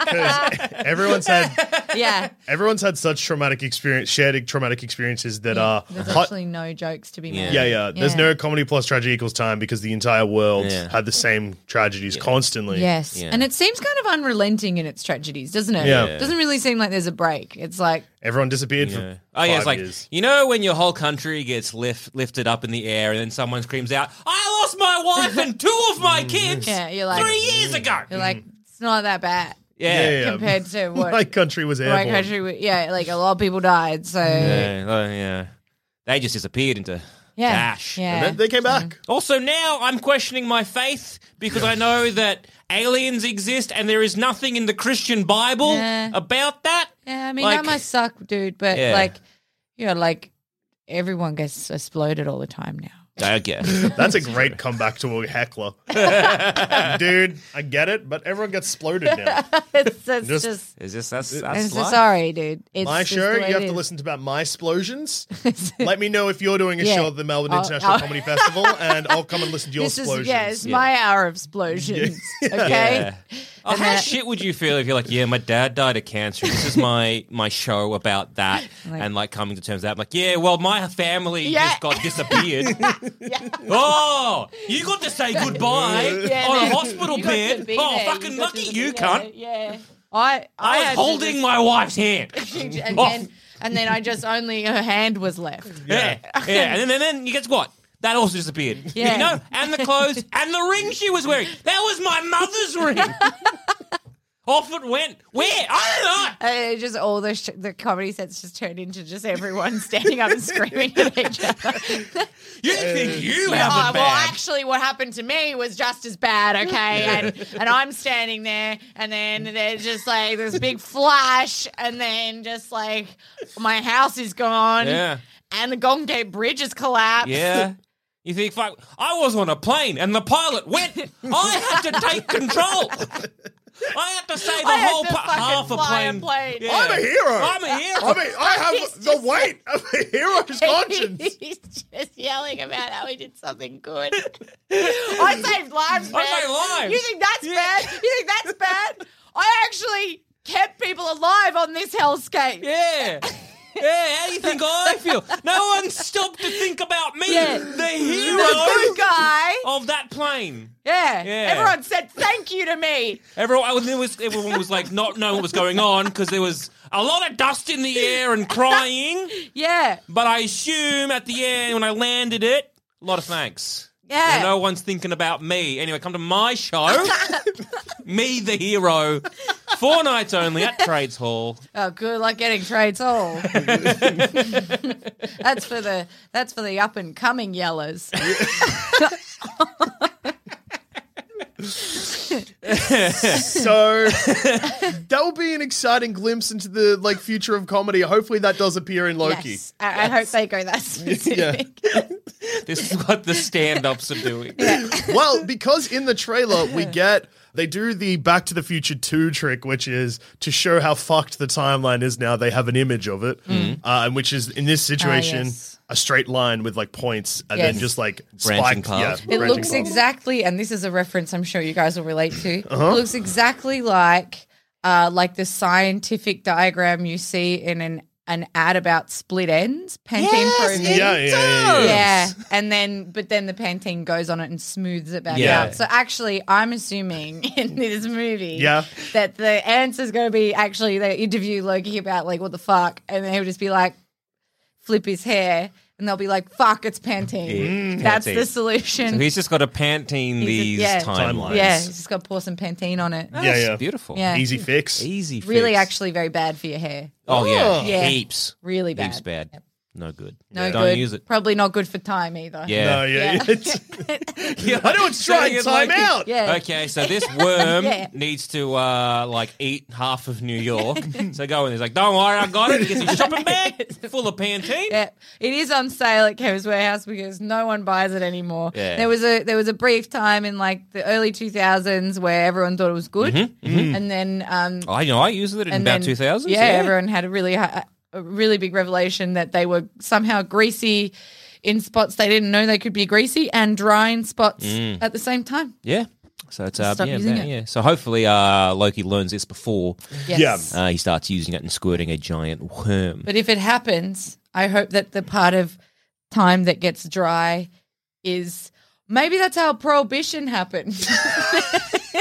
C: 'Cause everyone's had
D: <laughs> yeah.
C: everyone's had such traumatic experience, shared traumatic experiences that are
D: There's
C: Uh, hot-
D: actually no jokes to be
B: Yeah.
D: made.
C: yeah, yeah. There's
D: Yeah.
C: no comedy plus tragedy equals time because the entire world
B: Yeah.
C: had the same tragedies constantly.
D: Yes,
B: Yeah.
D: and it seems kind of unrelenting in its tragedies, doesn't it?
C: Yeah.
D: doesn't really seem like there's a break. It's like
C: Everyone disappeared
B: Yeah.
C: for
B: Oh yeah,
C: five
B: it's like
C: years.
B: you know when your whole country gets lift, lifted up in the air, and then someone screams out, "I lost my wife and two of my kids
D: Yeah, you're like-
B: three years ago."
D: you're like it's not that bad
B: yeah,
C: Yeah.
D: compared
C: <laughs>
D: to what
C: My country was
D: my
C: airborne.
D: country. would- Yeah, like a lot of people died. So
B: Yeah, oh, yeah. They just disappeared into
D: Yeah.
B: ash.
D: Yeah.
C: And then they came back.
D: Mm-hmm.
B: Also, now I'm questioning my faith because I know that aliens exist and there is nothing in the Christian Bible
D: Yeah.
B: about that.
D: Yeah, I mean
B: Like-
D: that must suck, dude. But
B: Yeah.
D: like, you know, like everyone gets exploded all the time now.
B: I guess.
C: That's a great comeback to a heckler. Dude, I get it, but everyone gets exploded now.
D: <laughs> it's, it's
C: Just-
D: just,
B: Is this that's that's
D: it's just
B: life?
D: sorry, dude. It's
C: My
D: just
C: show,
D: the
C: you
D: way
C: have
D: it
C: to
D: is.
C: listen to about my
D: <laughs>
C: explosions. Let me know if you're doing a
D: Yeah.
C: show at the Melbourne
D: I'll-
C: International
D: I'll-
C: Comedy
D: <laughs>
C: Festival, and I'll come and listen to your
D: This
C: explosions.
D: is yeah,
B: <laughs>
D: it's
B: Yeah.
D: my hour of explosions. Okay,
B: Yeah. Oh,
D: And
B: how
D: that-
B: shit would you feel if you're like, yeah, my dad died of cancer. This is my my show about that,
D: <laughs> Like-
B: and like coming to terms with that. I'm like, yeah, well, my family
D: Yeah.
B: just got disappeared.
D: <laughs>
B: Oh, you got to say goodbye
D: <laughs> Yeah,
B: on a
D: man.
B: hospital
D: You got to
B: bed.
D: be
B: Oh,
D: there.
B: fucking
D: got
B: lucky
D: to
B: you,
D: be there.
B: cunt.
D: Yeah, I
B: I
D: I, had
B: was
D: to
B: holding
D: just-
B: my wife's hand.
D: <laughs>
B: <laughs>
D: and
B: off.
D: then and then I just only her hand was left.
B: Yeah. yeah. And then, and then you guess what? That also disappeared.
D: <laughs> Yeah.
B: You know, and the
D: <laughs>
B: clothes and the ring she was wearing. That was my mother's ring. Off it went. Where? I don't know.
D: Uh, just all the sh- the comedy sets just turned into just everyone standing up and screaming at
B: <laughs>
D: each other.
B: You think you
D: Oh,
B: have it
D: well,
B: bad.
D: actually, what happened to me was just as bad, okay? And, and I'm standing there, and then there's just like this big flash, and then just like my house is gone,
B: Yeah.
D: and the Golden Gate Bridge has collapsed.
B: Yeah. You think, fuck, I was on a plane and the pilot went. I had to take control. I had to say the
D: I had
B: whole
D: to
B: pa-
D: fucking
B: half a
D: fly a
B: plane.
D: plane.
C: I'm a hero.
B: I'm
D: <laughs>
B: a hero.
C: I mean, I have
D: He's
C: the
D: just-
C: weight of a hero's
D: <laughs>
C: conscience.
D: <laughs> He's just yelling about how he did something
B: <laughs>
D: good. I saved lives, man.
B: saved lives.
D: You think that's bad? You think that's bad? I actually kept people alive on this hellscape.
B: Yeah. Yeah, how do you think I feel? No one stopped to think about me,
D: Yeah.
B: the
D: The good
B: hero
D: guy.
B: of that plane.
D: Yeah.
B: Yeah.
D: Everyone said thank you to me.
B: Everyone, it was, everyone was like not knowing what was going on because there was a lot of dust in the air and crying.
D: Yeah.
B: But I assume at the end when I landed it, a lot of thanks.
D: Yeah.
B: No one's thinking about me. Anyway, come to my show,
D: <laughs>
B: me the hero, four nights only at Trades Hall.
D: Oh, good luck getting trades all. that's for the that's for the up and coming yellers.
C: So <laughs> that'll be an exciting glimpse into the like future of comedy. Hopefully, that does appear in Loki.
D: Yes. I, I hope they go that specific.
B: This is what the stand-ups are doing.
C: well, because in the trailer
D: <laughs>
C: we get they do the Back to the Future 2 trick, which is to show how fucked the timeline is now. They have an image of it, uh, and which is in this situation
D: Ah, yes.
C: a straight line with like points and then
D: Yes.
C: just like
B: Branching
C: spiked. Yeah,
B: paths.
D: It
C: branching
D: looks
C: paths.
D: exactly, and this is a reference I'm sure you guys will relate to. It looks exactly like, uh, like the scientific diagram you see in an an ad about split ends, Pantene Pro Men.
C: Yeah, yeah, yeah, yeah,
D: Yeah, and then but then the Pantene goes on it and smooths it back
B: Yeah.
D: out. So actually, I'm assuming <laughs> in this movie,
C: Yeah.
D: that the answer's going to be actually they interview Loki about like what the fuck, and then he'll just be like, flip his hair, and they'll be like, fuck, it's Pantene.
B: Yeah,
D: That's
B: Pantene.
D: the solution.
B: Mm, So he's just got a Pantene
D: He's a-
B: these
D: yeah.
B: timelines.
D: yeah, he's just got to pour some Pantene on it.
B: That's
C: Yeah, yeah.
B: beautiful.
D: Yeah.
C: Easy fix. Uh,
B: Easy.
D: Really,
B: fix.
D: actually, very bad for your hair.
B: Oh yeah.
D: Yeah.
B: Heaps.
D: Really bad.
B: Heaps bad. No good.
D: No
B: Yeah.
D: good.
B: Don't use it.
D: Probably not good for time either.
C: No,
B: Yeah.
C: yeah.
D: Yeah. <laughs>
C: it's- I know it's trying.
B: Saying it
C: Time
B: like-
C: out.
D: Yeah.
B: Okay,
D: <laughs>
B: so this worm
D: Yeah.
B: needs to uh, like eat half of New
D: <laughs>
B: York. so go in. He's like, "Don't worry, I got it." He gets his shopping bag full of Pantene.
D: Yeah, it is on sale at Kevin's Warehouse because no one buys it anymore.
B: Yeah.
D: There was a there was a brief time in like the early two thousands where everyone thought it was good, and then um
B: I you know I used it in
D: and
B: Mm-hmm, about
D: then-
B: two thousand.
D: Yeah, everyone had a really hi- a really big revelation that they were somehow greasy in spots they didn't know they could be greasy and dry in spots
B: Mm.
D: at the same time.
B: Yeah. So it's uh,
D: Stop
B: yeah,
D: using
B: that-
D: it.
B: yeah. So hopefully uh, Loki learns this before
D: Yes.
B: uh, he starts using it and squirting a giant worm.
D: But if it happens, I hope that the part of time that gets dry is maybe that's how prohibition happened. <laughs>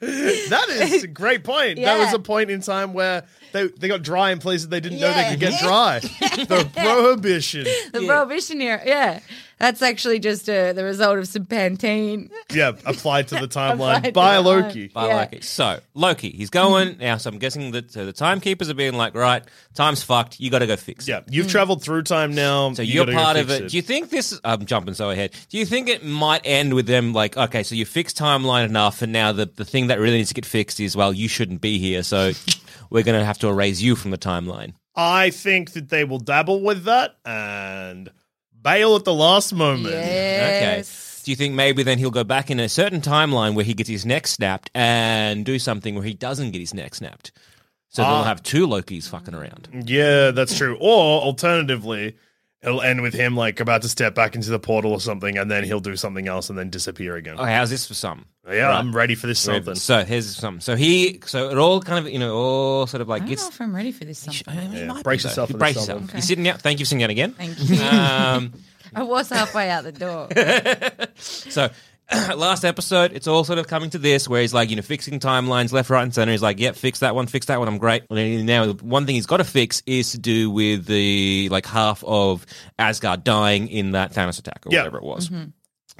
C: That is a great point. That
D: Yeah.
C: was a point in time where they, they got dry in places they didn't know they
D: Yeah.
C: could get
D: <laughs>
C: dry. the prohibition.
D: The prohibition era. Yeah. That's actually just uh, the result of some Pantene.
C: <laughs> Yeah, applied to the timeline
D: <laughs> Applied to
C: by
D: the
C: Loki.
B: By
D: Yeah.
B: Loki. So Loki, he's going now. So I'm guessing that so the timekeepers are being like, right, time's fucked. You got to go fix it.
C: Yeah, you've
D: Hmm.
C: traveled through time now.
B: So
C: you
B: you're
C: gotta go
B: part of
C: fix
B: it. Do you think this? Is, I'm jumping so ahead. Do you think it might end with them like, okay, so you fixed timeline enough, and now the the thing that really needs to get fixed is, well, you shouldn't be here,
C: <laughs>
B: so we're gonna have to erase you from the timeline.
C: I think that they will dabble with that and bail at the last moment.
D: Yes.
B: Okay. Do you think maybe then he'll go back in a certain timeline where he gets his neck snapped and do something where he doesn't get his neck snapped? So they'll
C: Ah. Mm.
B: have two Lokis fucking around.
C: Yeah, that's true. Or alternatively, it'll end with him like about to step back into the portal or something, and then he'll do something else and then disappear again.
B: Okay, Oh, how's this for some?
C: yeah, I'm ready for this something.
B: So here's some. So he. So it all kind of you know all sort of like
D: I don't know
B: gets.
D: if I'm ready for this.
B: I
D: Something.
B: mean, it
C: Yeah,
B: might be,
C: brace
B: though.
C: yourself
B: You
C: for
B: brace
C: this
B: yourself.
C: album.
B: You're sitting out. Thank you for sitting out again.
D: Thank you.
B: Um,
D: <laughs> I was halfway out
B: <laughs>
D: the door.
B: so <clears throat> last episode, it's all sort of coming to this where he's like, you know, fixing timelines left, right, and center. He's like, yep, fix that one, fix that one. I'm great. And then now, the one thing he's got to fix is to do with the like half of Asgard dying in that Thanos attack or
C: Yeah.
B: whatever it was.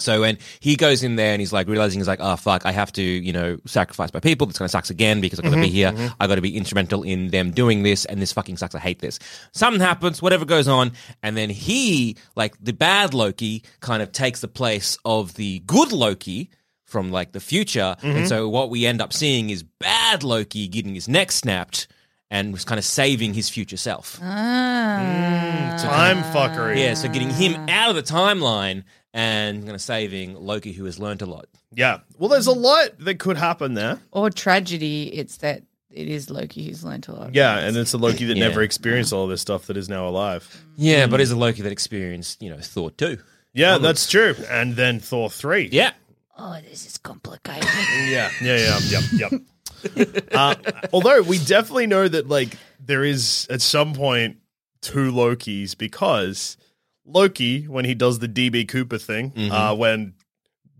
B: So when he goes in there and he's like realizing he's like, oh fuck, I have to, you know, sacrifice my people. This kind of sucks again because I gotta be here. I gotta be instrumental in them doing this and this fucking sucks. I hate this. Something happens, whatever goes on, and then he, like the bad Loki, kind of takes the place of the good Loki from like the future. And so what we end up seeing is bad Loki getting his neck snapped and was kind of saving his future self.
D: Ah.
C: Time fuckery.
B: Yeah, so getting him out of the timeline and kind of saving Loki who has learned a lot.
C: Yeah. Well, there's a lot that could happen there.
D: Or tragedy, it's that it is Loki who's learnt a lot.
C: Yeah, and it's a Loki that
B: Yeah.
C: never experienced all this stuff that is now alive.
B: Yeah, but is a Loki that experienced, you know, Thor too.
C: Yeah, that's true. And then Thor three.
B: Yeah.
D: Oh, this is complicated. <laughs>
C: yeah, yeah, yeah, um, yep, yep. <laughs> uh, although we definitely know that like there is at some point two Lokis because Loki, when he does the DB Cooper thing, uh,
B: Mm-hmm.
C: when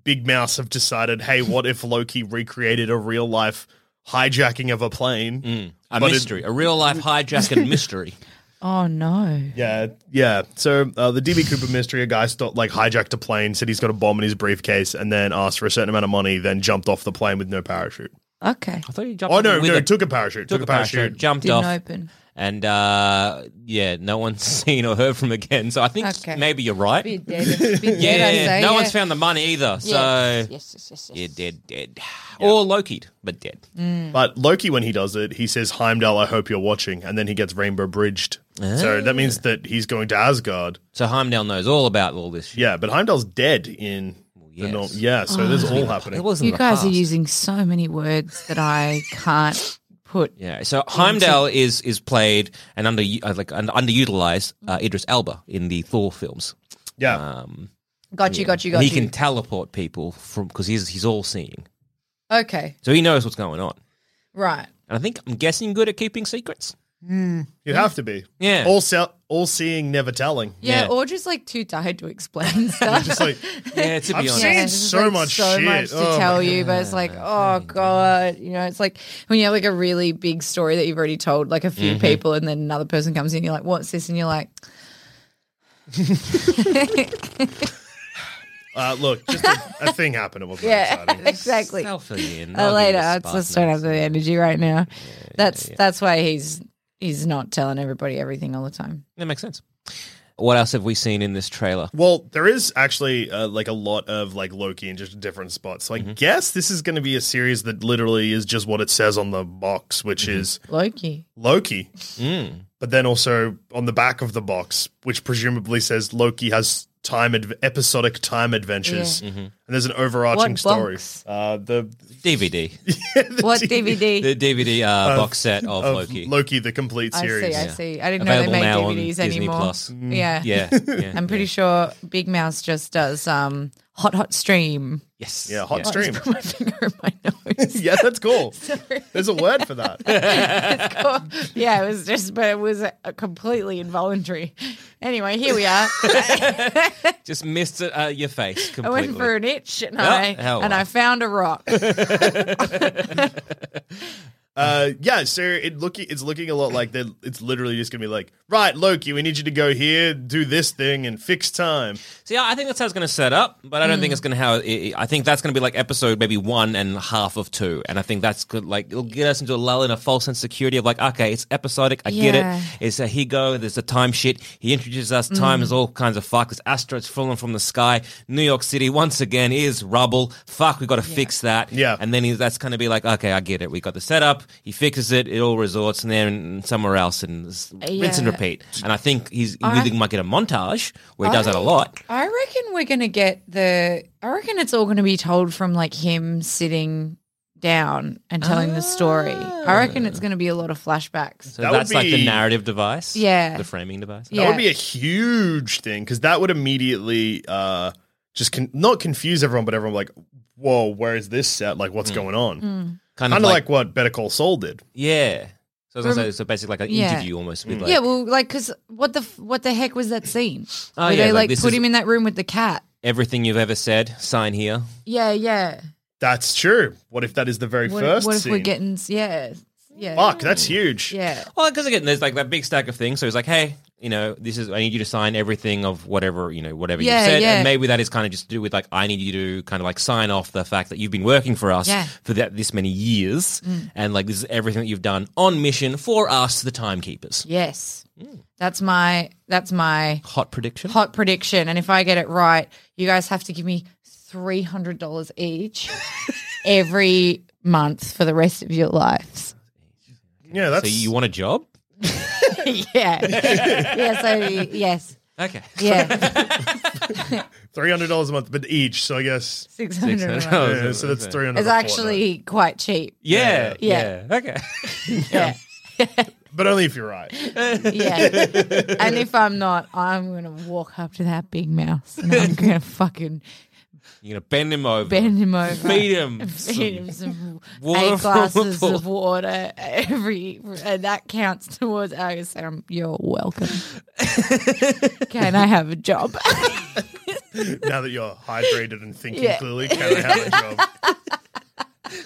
C: Big Mouse have decided, hey, what if Loki recreated a real life hijacking of a plane?
B: A
C: But it-
B: mystery, a real life <laughs> hijacking mystery.
D: oh, no.
C: Yeah, yeah. So uh, the DB Cooper mystery, a guy stopped, like hijacked a plane, said he's got a bomb in his briefcase, and then asked for a certain amount of money, then jumped off the plane with no parachute.
D: Okay.
B: I thought you jumped
C: Oh no,
B: in with
C: no,
B: a-
C: took a parachute,
B: took a parachute, jumped
D: Didn't
B: off,
D: open.
B: and uh, yeah, no one's <laughs> seen or heard from again. So I think
D: Okay.
B: maybe you're right. <laughs>
D: Be dead. Be dead,
B: yeah,
D: I say.
B: no
D: yeah.
B: one's found the money either. So
D: Yes, yes, yes, yes, yes.
B: you're dead, dead, or Loki'd, but dead.
D: Mm.
C: Mm. But Loki, when he does it, he says, Heimdall, I hope you're watching. And then he gets rainbow bridged.
B: Ah.
C: So that means that he's going to Asgard.
B: So Heimdall knows all about all this. shit.
C: Yeah, but Heimdall's dead in. The
B: yes. Ah.
C: nor- yeah, so this is all happening.
B: It wasn't
D: You
B: the
D: guys are
B: past.
D: using so many words that I can't put.
B: Yeah, so Heimdall is is played and under uh, like un- underutilized
D: Mm.
B: uh, Idris Elba in the Thor films.
C: Yeah.
B: Um,
D: Got you, got you, got
B: he
D: you.
B: can teleport people from because he's he's all seeing,
D: Okay,
B: so he knows what's going on.
D: right.
B: And I think I'm guessing good at keeping secrets.
C: You'd have to be.
B: Yeah.
C: All, se- all seeing, never telling.
D: Yeah,
B: Yeah.
D: or just like too tired to explain stuff.
C: Just like,
B: <laughs> Yeah, to be
C: I've
B: honest.
C: seen-
D: <laughs> Yeah,
C: It's
D: just,
C: so much
D: so
C: shit.
D: much to
C: Oh, my
D: tell you, but it's like, oh god, you know, it's like when you have like a really big story that you've already told like a few people, and then another person comes in, you're like, what's this? And you're like,
C: uh, look, just a, a thing happened. It wasn't
D: yeah,
C: exciting.
D: <laughs> <laughs> exactly.
B: I'll fill you in.
D: Uh,
B: I'll give you
D: later,
B: the
D: I
B: spark
D: just don't have
B: notes.
D: the energy right now. that's that's why he's he's not telling everybody everything all the time.
B: That makes sense. What else have we seen in this trailer?
C: Well, there is actually uh, like a lot of like Loki in just different spots. So I
B: Mm-hmm.
C: guess this is going to be a series that literally is just what it says on the box, which
B: Mm-hmm.
C: is
D: Loki.
C: Loki.
B: Mm.
C: But then also on the back of the box, which presumably says Loki has time adv- episodic time adventures,
B: Mm-hmm.
C: and there's an overarching
D: What
C: story.
D: box?
C: Uh, the
B: <laughs> DVD,
D: What DVD?
B: the DVD uh, box set of,
C: of
B: Loki,
C: Loki, the complete
D: I see,
C: series.
D: I
B: Yeah.
D: see. I didn't
B: available
D: know they made
B: now on
D: DVDs
B: Disney
D: anymore.
B: Plus.
D: Yeah.
B: <laughs> Yeah, yeah.
D: I'm pretty sure Big Mouse just does um hot hot stream. <laughs>
B: yes,
C: Yeah, hot
D: Just
C: stream.
D: <laughs>
C: <laughs>
D: put my finger in my
B: <laughs>
D: nose.
C: yeah, that's
D: <laughs>
C: cool. There's a word for that.
D: yeah, it was just, but it was uh completely involuntary. Anyway, here we
B: <laughs>
D: are.
B: Just missed it, uh, your face
D: I
B: completely.
D: went for an itch and
B: Yeah,
D: I
B: hell
D: and
B: well.
D: I found
B: <laughs>
D: a rock.
C: Uh, yeah, so it looking it's looking a lot like that. It's literally just gonna be like, right, Loki, we need you to go here, do this thing, and fix time.
B: So yeah, I think that's how it's going to set up, but I don't think it's going to how. It, I think that's going to be like episode maybe one and half of two, and I think that's good. Like it'll get us into a lull and a false sense of security of like, okay, it's episodic. I get
D: Yeah.
B: it. It's a he go. There's a time shit. He introduces us. Time
D: Mm.
B: is all kinds of fuck. There's asteroids falling from the sky. New York City once again is rubble. Fuck, we got to fix that.
C: Yeah.
B: and then he, that's going to be like, okay, I get it. We got the setup. He fixes it. It all resorts and then somewhere else and s- rinse and
D: Uh, Yeah.
B: repeat. And I think he's you
D: I-
B: might get a montage where he does that a
D: I-
B: lot.
D: I reckon we're gonna get the. I reckon it's all gonna be told from like him sitting down and telling the story. I reckon it's gonna be a lot of flashbacks.
B: So
C: That would
B: that's like the
C: be-
B: narrative device.
D: Yeah.
B: The framing device.
D: Yeah.
C: That would be a huge thing because that would immediately uh, just con- not confuse everyone, but everyone like, whoa, where is this set? Like, what's going
D: Mm.
C: on?
B: Mm. Kind
C: Kind
B: of
C: of like,
B: like,
C: what Better Call Saul did.
B: yeah. So I was gonna
D: Rem-
B: say, so basically like an
D: Yeah.
B: interview almost
C: Mm.
B: with like
D: yeah, well, like, cause what the f- what the heck was that scene?
B: Oh,
D: Where
B: yeah,
D: they
B: like,
D: like,
B: this
D: put
B: is-
D: him in that room with the cat.
B: everything you've ever said, sign here.
D: Yeah, yeah.
C: That's true. What if that is the very
D: What, if-
C: first
D: what if we're
C: scene?
D: getting? Yeah, yeah.
C: Fuck, that's huge.
D: Yeah.
B: Well, because again, there's like that big stack of things. So he's like, hey, you know, this is I need you to sign everything of whatever you know, whatever
D: Yeah,
B: you said,
D: yeah.
B: and maybe that is kind of just to do with like I need you to kind of like sign off the fact that you've been working for us
D: Yeah. Mm.
B: for that this many years, and like this is everything that you've done on mission for us, the timekeepers.
D: Yes. That's my. That's my
B: Hot prediction.
D: hot prediction. And if I get it right, you guys have to give me three hundred dollars each every month for the rest of your lives.
C: Yeah, that's
B: So you want a
D: <laughs>
B: job?
D: yeah. <laughs> yeah. So yes.
B: Okay.
D: Yeah.
C: three hundred dollars a month, but each. So I guess
D: Six
B: <laughs>
D: hundred.
B: Oh,
C: yeah, so that's three hundred.
D: It's actually quite cheap.
B: Yeah, yeah. <laughs>
D: Yeah.
B: Okay.
D: Yeah.
C: but only if you're
D: <laughs>
C: right.
D: Yeah. and if I'm not, I'm going to walk up to that big mouse and I'm going to fucking
B: You're gonna bend him over.
D: bend him over.
B: Feed him.
D: <laughs> Feed him some
B: Water
D: eight glasses
B: full.
D: of water every, and that counts towards. I said, "I'm you're
B: <laughs>
D: welcome." Can I have a job? <laughs>
C: now that you're hydrated and thinking
D: Yeah.
C: clearly, can I have a job?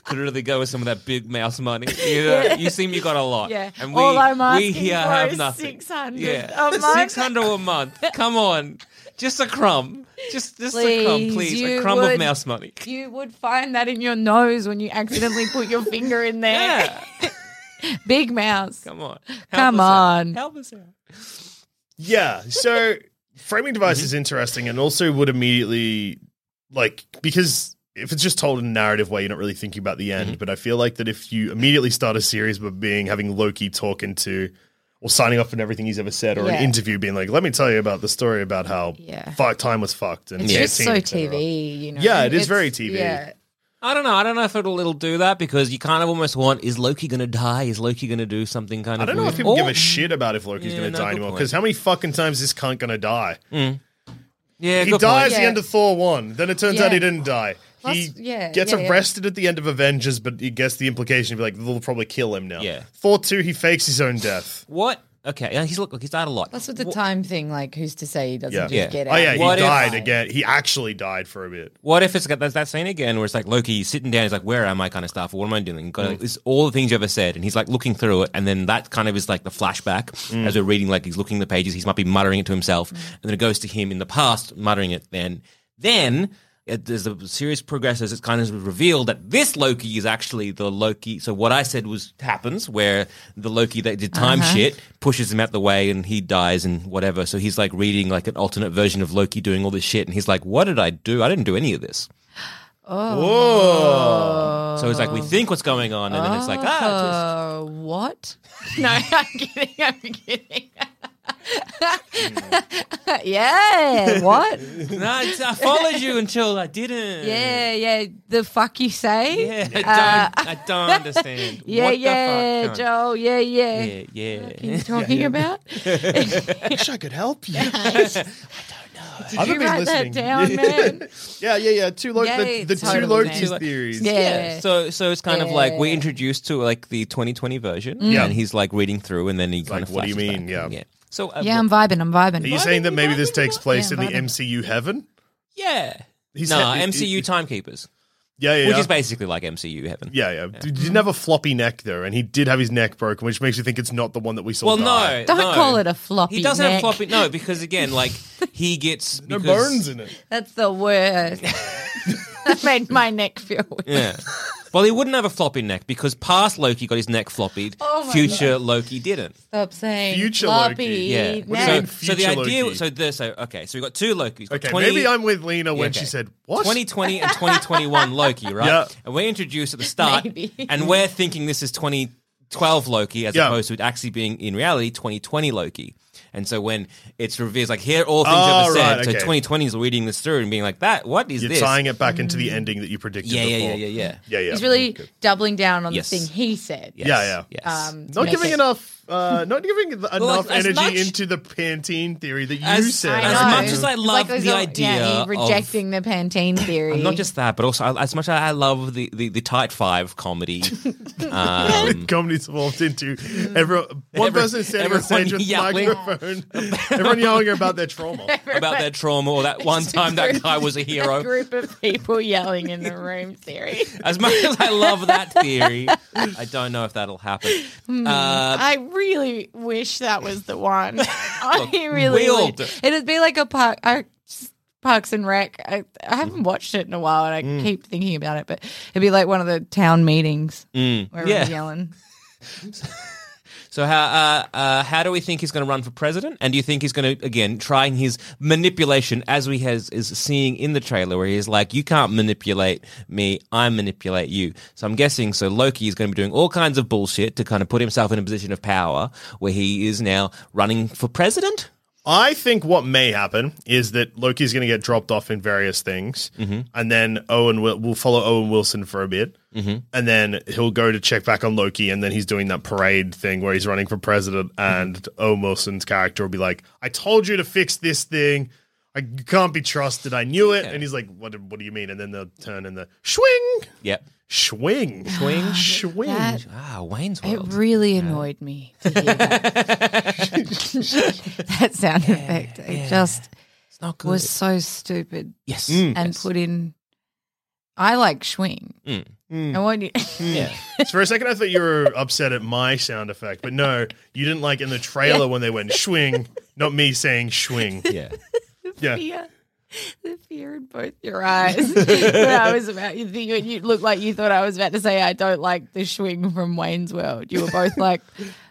B: Could really go with some of that big mouse
D: <laughs>
B: money. You, know, you seem you got a lot.
D: yeah.
B: And we,
D: All I'm asking
B: we here
D: for
B: have
D: is
B: nothing.
D: six hundred
B: Yeah.
D: a month.
B: <laughs> Six hundred a month. Come on. Just a crumb. Just just a crumb,
D: Please,
B: please. A
D: you
B: crumb of
D: would-
B: mouse
D: <laughs>
B: money.
D: You would find that in your nose when you accidentally put your finger in there.
B: Yeah.
D: <laughs> Big mouse.
B: Come on. Help
D: Come
B: us out.
D: on.
B: Help us out.
C: Yeah. So framing device
B: Mm-hmm.
C: is interesting and also would immediately like because if it's just told in a narrative way, you're not really thinking about the end.
B: Mm-hmm.
C: But I feel like that if you immediately start a series with being having Loki talking to or signing off on everything he's ever said or
D: Yeah.
C: an interview being like, let me tell you about the story about how
D: Yeah.
C: fuck time was fucked and
D: It's
B: Yeah.
D: just so
C: 15, et cetera.
D: TV, you know.
C: Yeah, it is
D: It's-
C: very TV.
D: Yeah.
B: I don't know. I don't know if it'll, it'll do that because you kind of almost want is Loki going to die? Is Loki going to do something kind
C: I
B: of
C: don't know
B: weird?
C: if people give
B: Or-
C: a shit about if Loki's
B: Yeah,
C: going
B: no,
C: to die
B: good
C: anymore.
B: point.
C: Because how many fucking times is this cunt going to die?
B: Yeah,
C: he
B: good point.
C: dies at the
D: Yeah.
C: end of Thor one. Then it turns out
D: Yeah.
C: he didn't die. he
D: Plus- yeah,
C: gets
D: yeah, yeah.
C: arrested at the end of Avengers, but he gets the implication of like they'll probably kill him now.
B: Yeah.
C: Thor two, he fakes his own
D: <laughs>
C: death.
B: What? Okay, yeah, he's look, look, he's died a lot.
D: That's with the time thing. Like, who's to say he doesn't
C: Yeah.
D: just
B: Yeah.
D: get it?
C: Oh yeah, he
B: What if-
C: died again. He actually died for
B: <laughs>
C: a bit.
B: What if it's got that, that scene again where it's like Loki he's sitting down, he's like, "Where am I?" kind of stuff. What am I doing? Got it's all the things you ever said, and he's like looking through it, and then that kind of is like the flashback as we're reading. Like he's looking at the pages, he might be muttering it to himself, and then it goes to him in the past, muttering it. Then, then it, as the series progresses, it's kind of revealed that this Loki is actually the Loki. So what I said was happens where the Loki that did time
D: Uh-huh.
B: shit pushes him out the way and he dies and whatever. So he's like reading like an alternate version of Loki doing all this shit, and he's like, "What did I do? I didn't do any of
D: <gasps>
B: this."
C: Whoa.
D: Oh.
B: So it's like we think what's going on, and then it's like ah,
D: Uh, what? <laughs> No, I'm kidding. I'm kidding. <laughs> yeah. What?
B: twist. No, it's, <laughs> I followed you until I didn't.
D: Oh. Yeah, yeah. The fuck you say?
B: Yeah, I don't, I don't understand.
D: <laughs> yeah,
B: what
D: yeah,
B: the fuck, cunt?
D: Joel. Yeah, yeah.
B: Yeah,
D: You're
B: yeah.
D: talking about?
C: wish I could help you.
B: <laughs>
D: Did
C: <laughs> I've
D: you
C: been
D: write
C: listening.
D: that
C: <laughs>
D: down, man?
C: yeah, yeah, yeah. Two lo-
D: Yay,
C: the, the two
D: totally,
C: Loki's
B: man.
C: theories.
D: Yeah.
B: So, so it's kind of like we're
D: Yeah. Mm.
B: introduced to like the 2020 version,
C: Yeah.
B: and he's like reading through, and then he kind
C: like,
B: of
C: what do you
B: flashes
C: mean?
B: back.
C: Yeah.
B: So uh,
D: Yeah, I'm vibing. I'm
C: Are
D: vibing.
C: you saying that maybe this takes place
D: Yeah,
C: in the
D: vibing.
C: MCU heaven?
B: yeah.
C: He's
B: no,
C: ha- he-
B: MCU
C: he-
B: timekeepers,
C: Yeah, yeah.
B: which is basically like MCU heaven.
C: yeah, yeah. He didn't have a floppy neck though, and he did have his neck broken, which makes you think it's not the one that we saw.
B: Well,
C: die.
B: no,
D: Don't
B: no.
D: call it a floppy.
B: He doesn't have
D: neck.
B: floppy. No, because again, like he gets
C: <laughs> No
B: because,
C: bones in it.
D: That's
B: <laughs>
D: the worst. that made my neck feel weird.
B: Yeah. Well, he wouldn't have a floppy neck because past Loki got his neck floppied.
D: Oh my
B: future Loki didn't.
D: Stop saying
C: Future
D: floppy
C: Loki.
B: Yeah.
D: neck.
C: What do
B: So,
C: you mean
B: so the
C: future
B: idea.
C: Loki?
B: So there's so okay. So we got two Lokis.
C: Okay,
B: 20,
C: maybe I'm with Lena when
B: Yeah,
C: she
B: okay.
C: said what?
B: 2020 and 2021 Loki, right?
C: Yeah.
B: And we're introduced at the start,
D: Maybe.
B: and we're thinking this is 2012 Loki as
C: Yeah.
B: opposed to it actually being in reality 2020 Loki. And so when it's revealed, it's like here are all things
C: Oh,
B: ever said.
C: right,
B: So
C: okay.
B: 2020 is reading this through and being like, that what is
C: You're
B: this?
C: tying it back into the ending that you predicted.
B: yeah, yeah,
C: before.
B: yeah, yeah, yeah.
C: yeah, yeah.
D: He's really
C: Good.
D: doubling down on
B: Yes.
D: the thing he said.
B: Yes.
C: Yeah, yeah.
B: Yes.
D: Um, to
C: not
D: make
C: giving
D: it-
C: enough, uh, not giving th- enough
B: as
C: energy
B: much-
C: into the Pantene theory that you
B: As-
C: said.
D: I
B: as
D: know.
B: much as I
D: It's
B: love
D: there's
B: the
D: a-
B: idea
D: yeah,
B: of-
D: he rejecting
B: <laughs>
D: the Pantene theory.
B: And not just that, but also I- as much as I love the, the, the tight five
D: <laughs>
B: comedy. Um,
C: Comedy's evolved into every one
B: Every-
C: person standing on stage
B: everyone
C: with a
B: yelling. <laughs>
C: microphone, everyone yelling about their trauma.
B: about
D: <laughs>
B: their trauma or that one time that guy was a
D: a
B: hero.
D: group of people yelling in the
B: <laughs>
D: room theory.
B: As much as I love that theory, I don't know if that'll happen.
D: Hmm.
B: Uh,
D: I really wish that was
B: <laughs>
D: the one. I really
B: we all
D: would.
B: do.
D: It'd be like a park. I, just- Parks and Rec. I, I
B: Mm.
D: haven't watched it in a while, and I keep thinking about it. But it'd be like one of the town meetings where
B: Mm. yeah.
D: we're yelling.
B: so how uh, uh, how do we think he's going to run for president? And do you think he's going to again trying his manipulation as we has is seeing in the trailer where he's like, "You can't manipulate me. I manipulate you." So I'm guessing so Loki is going to be doing all kinds of bullshit to kind of put himself in a position of power where he is now running for president.
C: I think what may happen is that Loki's going to get dropped off in various things, and then Owen will will follow Owen Wilson for a bit, and then he'll go to check back on Loki, and then he's doing that parade thing where he's running for president, and Owen Wilson's character will be like, "I told you to fix this thing." I you can't be trusted. I knew it. And he's like, "What? What do you mean?" And then they'll turn and the swing,
B: Yep.
C: swing, swing, swing.
D: That-
B: Ah, Wayne's
D: It
B: World.
D: really annoyed me to hear that.
B: <laughs>
D: <laughs> that sound effect. It just
B: it's not good. Mm.
D: was so stupid
B: yes. Mm.
D: and put in. I like swing. I
C: Mm.
D: want you. <laughs>
B: Yeah.
C: For a second, I thought you were upset at my sound effect, but no, you didn't like in the trailer when they went swing, not me saying swing.
B: yeah.
C: Yeah.
D: fear. The fear in both your eyes. <laughs> when I was about you, think, you looked like you thought I was about to say I don't like the swing from Wayne's World. You were both like,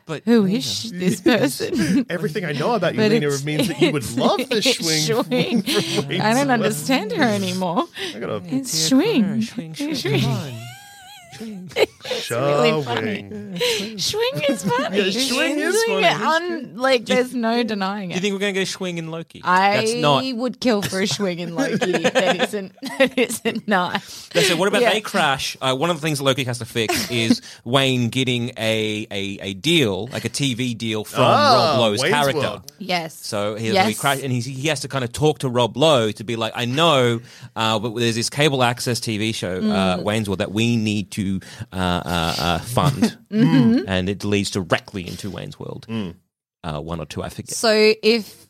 B: But <laughs>
D: "Who is she-
C: <laughs>
D: this person?" <laughs>
C: Everything I know about you,
D: But
C: Lena,
D: it's-
C: means that you would
D: <laughs> it's-
C: love the
D: it's
C: swing.
D: swing.
C: from <laughs> Wayne's
D: I don't
C: World.
D: understand her anymore.
C: I gotta
D: It's swing,
B: Swing,
D: swing,
B: swing,
D: <laughs> swing.
B: come on.
D: really
C: showing.
D: Swing is funny.
C: <laughs> Yeah, swing is
D: Swing,
C: funny.
D: un- like, there's no denying
B: Do you
D: it.
B: think we're going to get a swing in Loki?
D: I
B: That's not.
D: would kill for a swing
B: <laughs>
D: in Loki. that isn't. That isn't nice.
B: They said, what about
D: Yeah.
B: they crash? Uh, one of the things that Loki has to fix
D: <laughs>
B: is Wayne getting a, a, a deal, like a TV deal from
C: Ah,
B: Rob Lowe's
C: Wayne's
B: character.
C: World.
D: Yes.
B: So he,
D: Yes.
B: he crash, and he's, he has to kind of talk to Rob Lowe to be like, I know, uh, but there's this cable access TV show,
D: Mm.
B: uh, Wayne's World, that we need to uh, uh, uh,
D: <laughs>
B: fund,
D: Mm-hmm. Mm.
B: and it leads directly into Wayne's World.
C: Mm.
B: Uh, one or two, I forget.
D: So if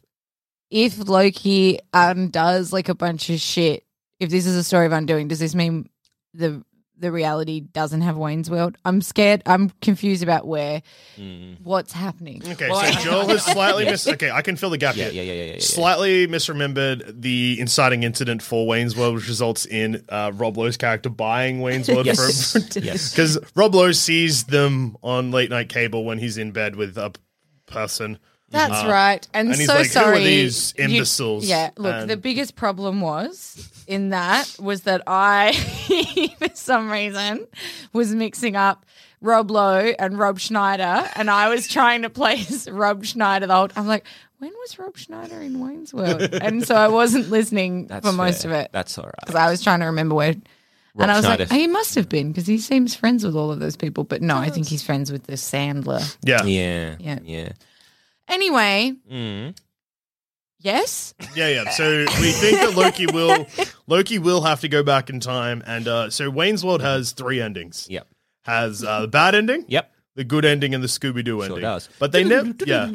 D: if um, Loki undoes like a bunch of shit, if this is a story of undoing, does this mean the the reality doesn't have Wayne's World. I'm scared. I'm confused about where
B: Mm. <laughs>
D: what's happening.
C: Okay,
B: Well,
C: so
B: I-
C: Joel has slightly mis. Okay, I can fill the gap
B: Yeah,
C: here.
B: yeah, yeah, yeah, yeah, yeah.
C: Slightly misremembered the inciting incident for Wayne's World, which results in uh, Rob Lowe's character buying Wayne's World
B: Yes.
C: for
B: <laughs>
D: <laughs>
B: yes.
C: because Rob Lowe sees them on late night cable when he's in bed with a p- person.
D: That's right. And,
C: and he's
D: so
C: like, "Who are
D: sorry.
C: these
D: you-
C: imbeciles?"
D: yeah. Look,
C: And-
D: the biggest problem was in that was that I, <laughs> for some reason, was mixing up Rob Lowe and Rob Schneider, and I was trying to place <laughs> Rob Schneider the whole. I'm like, when was Rob Schneider in Wayne's World? And so I wasn't
B: <laughs>
D: listening
B: That's
D: for most
B: fair.
D: of it
B: That's all
D: because
B: right.
D: I was trying to remember where.
B: Rob
D: and I was like,
B: Schneider.
D: oh, he must have been because he seems friends with all of those people. But no, I think he's friends with the Sandler.
C: Yeah, yeah,
B: Yeah.
D: Yeah.
B: Yeah.
D: Anyway,
B: Mm.
D: yes.
C: yeah. So we think that Loki will Loki will have to go back in time, and uh, so Wayne's World has three endings.
B: Yep.
C: Has uh, the bad ending,
B: Yep.
C: the good ending, and the Scooby Doo ending.
B: does.
C: But they never, yeah.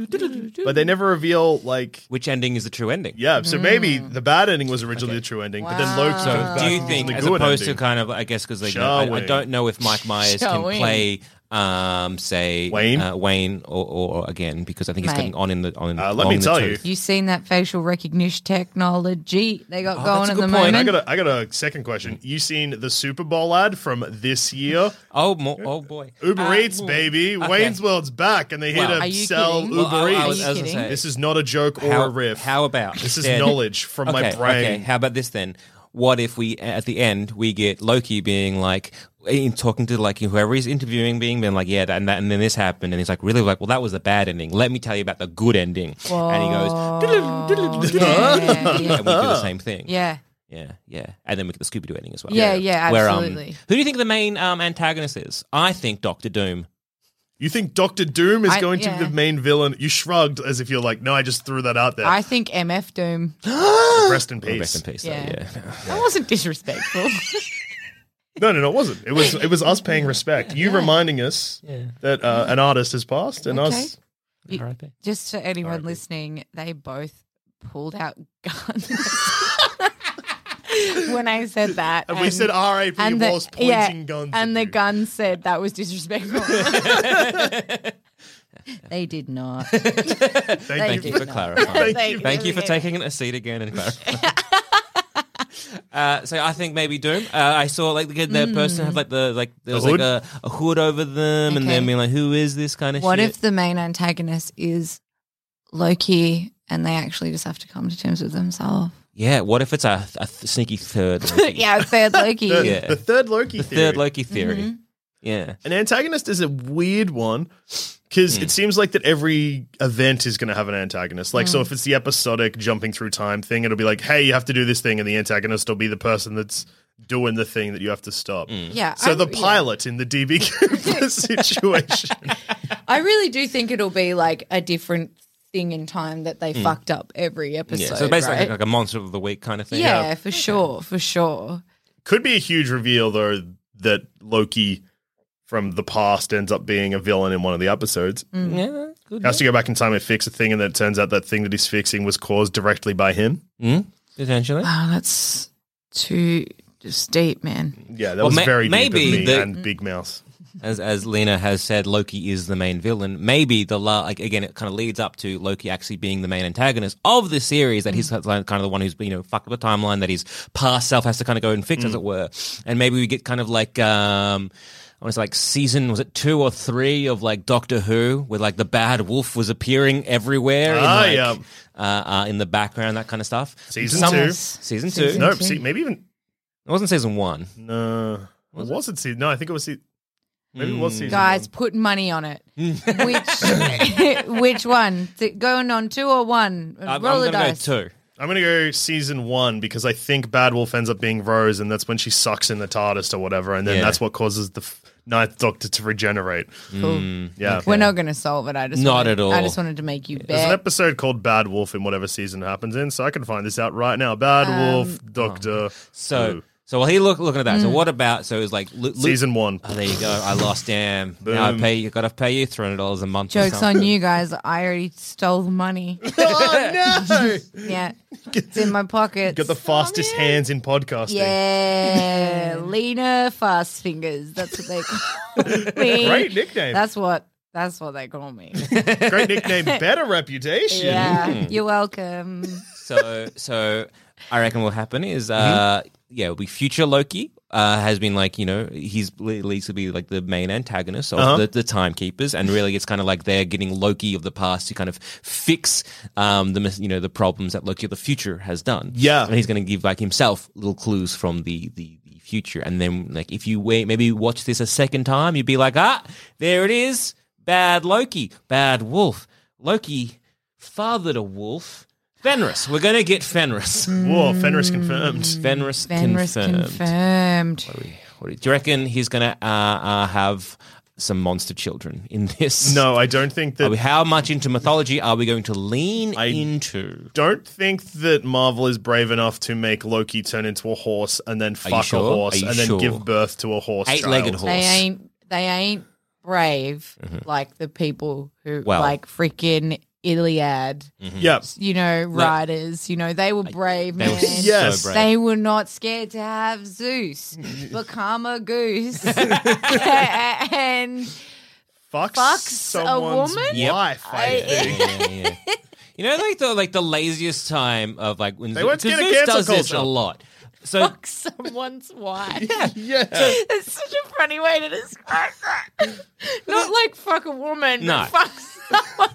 C: But they never reveal like.
B: Which ending is the true ending?
C: Yeah, so maybe the bad ending was originally the true ending, but then Loki.
D: Wow.
B: So,
C: comes back
B: do you
C: and
B: think,
C: gives
B: as
C: the good
B: opposed
C: ending.
B: to kind of, I guess, because like,
C: Shall
B: I, I
C: we?
B: don't know if Mike Myers
D: Shall
B: can
D: we?
B: play, um, say
C: Wayne?
B: uh, Wayne, or, or again, because I think he's
D: Mate.
B: getting on in the on. in-
C: Uh, let
B: along
C: me
B: the
C: tell
B: tooth.
D: You seen that facial recognition technology they got
B: Oh,
D: going
B: that's a
D: at
B: good
D: the
B: point.
C: I
D: moment?
C: got a, I got a second question. You seen the Super Bowl ad from this year?
B: Oh, mo- oh boy,
C: Uber
B: Uh,
C: Eats,
B: ooh.
C: baby.
B: Okay.
C: Wayne's World's back, and they hit
B: Wow.
C: up
D: Are you
C: sell
D: kidding?
C: Uber
B: Well, I- I
C: Eats.
B: was- I was gonna
D: kidding?
B: say,
C: this is not a joke or
B: how,
C: a riff.
B: How about
C: this is
B: instead-
C: knowledge from my brain.
B: Okay, how about this then? What if we at the end we get Loki being like in talking to like whoever he's interviewing, being being like, yeah, that, and that, and then this happened, and he's like, really, like, well, that was the bad ending. Let me tell you about the good ending. And he goes, "Diddle, diddle, diddle,
D: Oh,
C: <laughs>
D: yeah,
B: diddle," and we do the same thing.
D: Yeah.
B: yeah, yeah. And then we get the Scooby Doo ending as well.
D: Yeah, yeah,
B: um,
D: absolutely.
B: who do you think the main um, antagonist is? I think Doctor Doom.
C: You think Doctor Doom is
D: I-
C: going to be
D: yeah.
C: the main villain? You shrugged as if you're like, no, I just threw that out there.
D: I think MF Doom.
C: Rest in
B: Oh,
C: peace.
B: Rest in peace. though,
D: Yeah.
B: yeah.
D: That
C: <laughs>
D: wasn't disrespectful.
C: No, no, no, it wasn't. It was it was us paying respect. You reminding us that uh, an artist has passed, and us.
D: <laughs>
B: <laughs> R.I.P.
D: Just for anyone listening, they both pulled out guns <laughs> when I said that.
C: And, we said R.A.P.
D: and the-
C: whilst pointing
D: yeah,
C: guns.
D: And
C: at you.
D: the gun said that
C: <laughs>
D: was disrespectful. they did not.
C: Thank
D: they
B: Thank
D: did
B: you for
D: not.
B: clarifying.
C: Thank
D: you.
B: Thank you for
D: Yeah.
B: taking a seat again and
D: <laughs>
B: clarifying. Uh, so I think maybe Doom. Uh, I saw like the, the person had like the like there was
C: hood?
B: like a, a hood over them, and
D: Mm. Okay.
B: then being like, "Who is this kind of
D: What
B: shit?"
D: if the main antagonist is Loki and they actually just have to come to terms with themselves?
B: yeah, what if it's a, a th- sneaky third?
D: <laughs>
B: Loki?
D: yeah, Mm-hmm. third Loki.
C: the,
B: Yeah.
C: the third Loki
B: the
C: theory.
B: third Loki theory. Yeah,
C: An antagonist is a weird one because it seems like that every event is going to have an antagonist. Like, so if it's the episodic jumping through time thing, it'll be like, hey, you have to do this thing, and the antagonist will be the person that's doing the thing that you have to stop.
D: Yeah.
C: So
D: I-
C: the
D: yeah.
C: pilot in the DB Cooper situation.
D: I really do think it'll be like a different thing in time that they fucked up every episode.
B: Hmm. yeah. So basically,
D: right?
B: like, a monster of the week kind of thing.
D: yeah, for sure, for sure.
C: Could be a huge reveal, though, that Loki from the past ends up being a villain in one of the episodes.
B: yeah, good.
C: Has to go back in time and fix a thing, and then it turns out that thing that he's fixing was caused directly by him.
B: Mm, potentially.
D: Wow, Ah, that's too just deep, man.
C: Yeah, that
B: Well,
C: was
B: ma-
C: very
B: maybe
C: deep of me
B: the-
C: and Big Mouse.
B: as as Lena has said, Loki is the main villain. Maybe the la- like, again, it kind of leads up to Loki actually being the main antagonist of the series. That he's kind of the one who's you know fucked up the timeline. That his past self has to kind of go and fix, as it were. And maybe we get kind of like. um I was like season was it two or three of like Doctor Who, where like the bad wolf was appearing everywhere. in,
C: Ah,
B: like,
C: yeah.
B: uh, uh, in the background, that kind of stuff.
C: Season two.
B: season two.
D: Season-
B: No,
C: No,
D: Two.
C: see, maybe even
B: it wasn't season one.
C: Mm. no. Was it wasn't season. No, I think it was season. Maybe it was
B: Mm.
C: season.
D: Guys,
C: one.
D: put money
B: <laughs>
D: on it. which <laughs> which one? Is it Going on two or one?
B: I'm,
D: Roll the
B: I'm gonna
D: dice.
B: go two.
C: I'm gonna go season one because I think Bad Wolf ends up being Rose, and that's when she sucks in the TARDIS or whatever, and then
B: Yeah. Mm-hmm.
C: that's what causes the f- Ninth Doctor to regenerate.
D: Cool.
B: Hmm.
C: Yeah,
D: We're not going to solve it. I just
B: Not
D: wanted,
B: at all.
D: I just wanted to make you
C: there's an
D: bet.
C: episode called Bad Wolf in whatever season it happens in, so I can find this out right now. Bad Wolf Doctor.
B: So
C: Who.
B: So while he look looking at that,
D: Mm.
B: so what about? So it was like Lu- Lu-
C: Mm. Season one.
B: <laughs> Oh, there you go. I lost. Damn. now I
C: Boom.
B: pay you. Got to pay you three hundred dollars a month. or
D: Joke's
B: something.
D: on you guys. I already stole
B: <laughs>
D: the money.
C: oh <laughs> no!
D: Yeah. It's in my pocket.
C: Got the fastest hands in podcasting.
D: Yeah. Lena Fast Fingers. That's what
B: <laughs>
D: they call me.
C: Great nickname.
D: That's what that's what they
B: <laughs>
D: call me.
C: Great nickname.
D: <laughs>
C: Better reputation.
B: Hmm.
D: Yeah. You're welcome.
B: so so I reckon what'll happen is uh
C: Mm-hmm.
B: yeah, it'll be future Loki. Uh, has been like you know he's leads to be like the main antagonist of
C: Uh-huh.
B: the, the timekeepers and really it's kind of like they're getting Loki of the past to kind of fix um the mis- you know the problems that Loki of the future has done
C: Yeah.
B: and he's going to give like himself little clues from the the, the future and then like if you wait maybe watch this a second time you'd be like ah there it is bad Loki bad wolf Loki fathered a wolf Fenris we're going to get Fenris
C: Whoa, Fenris confirmed.
B: Fenris,
D: Mm. Fenris
B: confirmed.
D: confirmed.
B: What do you- do you reckon he's going to uh, uh, have some monster children in this?
C: No, I don't think
B: Are
C: that.
B: we, how much into mythology are we going to lean
C: I-
B: into?
C: don't think that Marvel is brave enough to make Loki turn into a horse and then fuck
B: sure?
C: a horse
B: Are you
C: and then
B: sure?
C: give birth to a horse.
B: Eight-legged
C: child.
B: horse. Mm-hmm.
D: They ain't they ain't brave like the people who
B: Well.
D: like freaking Iliad,
C: Yep.
D: you know, writers, you know, they were brave,
B: They
D: man.
B: were so
C: Yes.
B: brave.
D: They were not scared to have
B: <laughs>
D: Zeus become a goose <laughs> and
C: Fuck
D: Fucks a
C: someone's
D: woman?
B: Yep.
C: wife. I
D: I- <laughs>
C: think.
B: <laughs> Yeah, yeah. You know, like the like the laziest time of like when
C: They weren't
B: 'cause
C: scared of
B: Zeus
C: cancel
B: does this
C: culture.
B: a lot. So
D: fuck someone's
B: <laughs>
D: wife.
C: yeah.
D: That's such a funny way to describe that. Not like fuck a woman,
B: No.
D: but fuck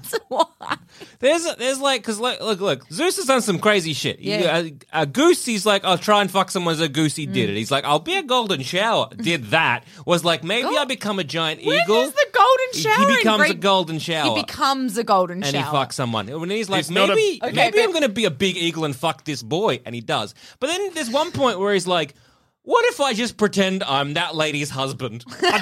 D: someone's <laughs> wife.
B: There's there's like because look, look look Zeus has done some crazy shit. He-
D: Yeah. Mm.
B: a, a goose. He's like I'll try and fuck someone as a goose. He did it. He's like I'll be a golden shower. Did that was like maybe
D: Oh.
B: I become a giant
D: Where
B: eagle.
D: is the golden
B: He-
D: shower?
B: He
D: in
B: becomes a
D: Greek-
B: golden shower.
D: He becomes a golden
B: and
D: shower.
B: he fucks someone. And he's like,
C: It's not a-
B: maybe,
D: Okay,
B: maybe
D: but-
B: I'm going to be a big eagle and fuck this boy. And he does. But then there's one point where he's like, what if I just pretend I'm that lady's husband? I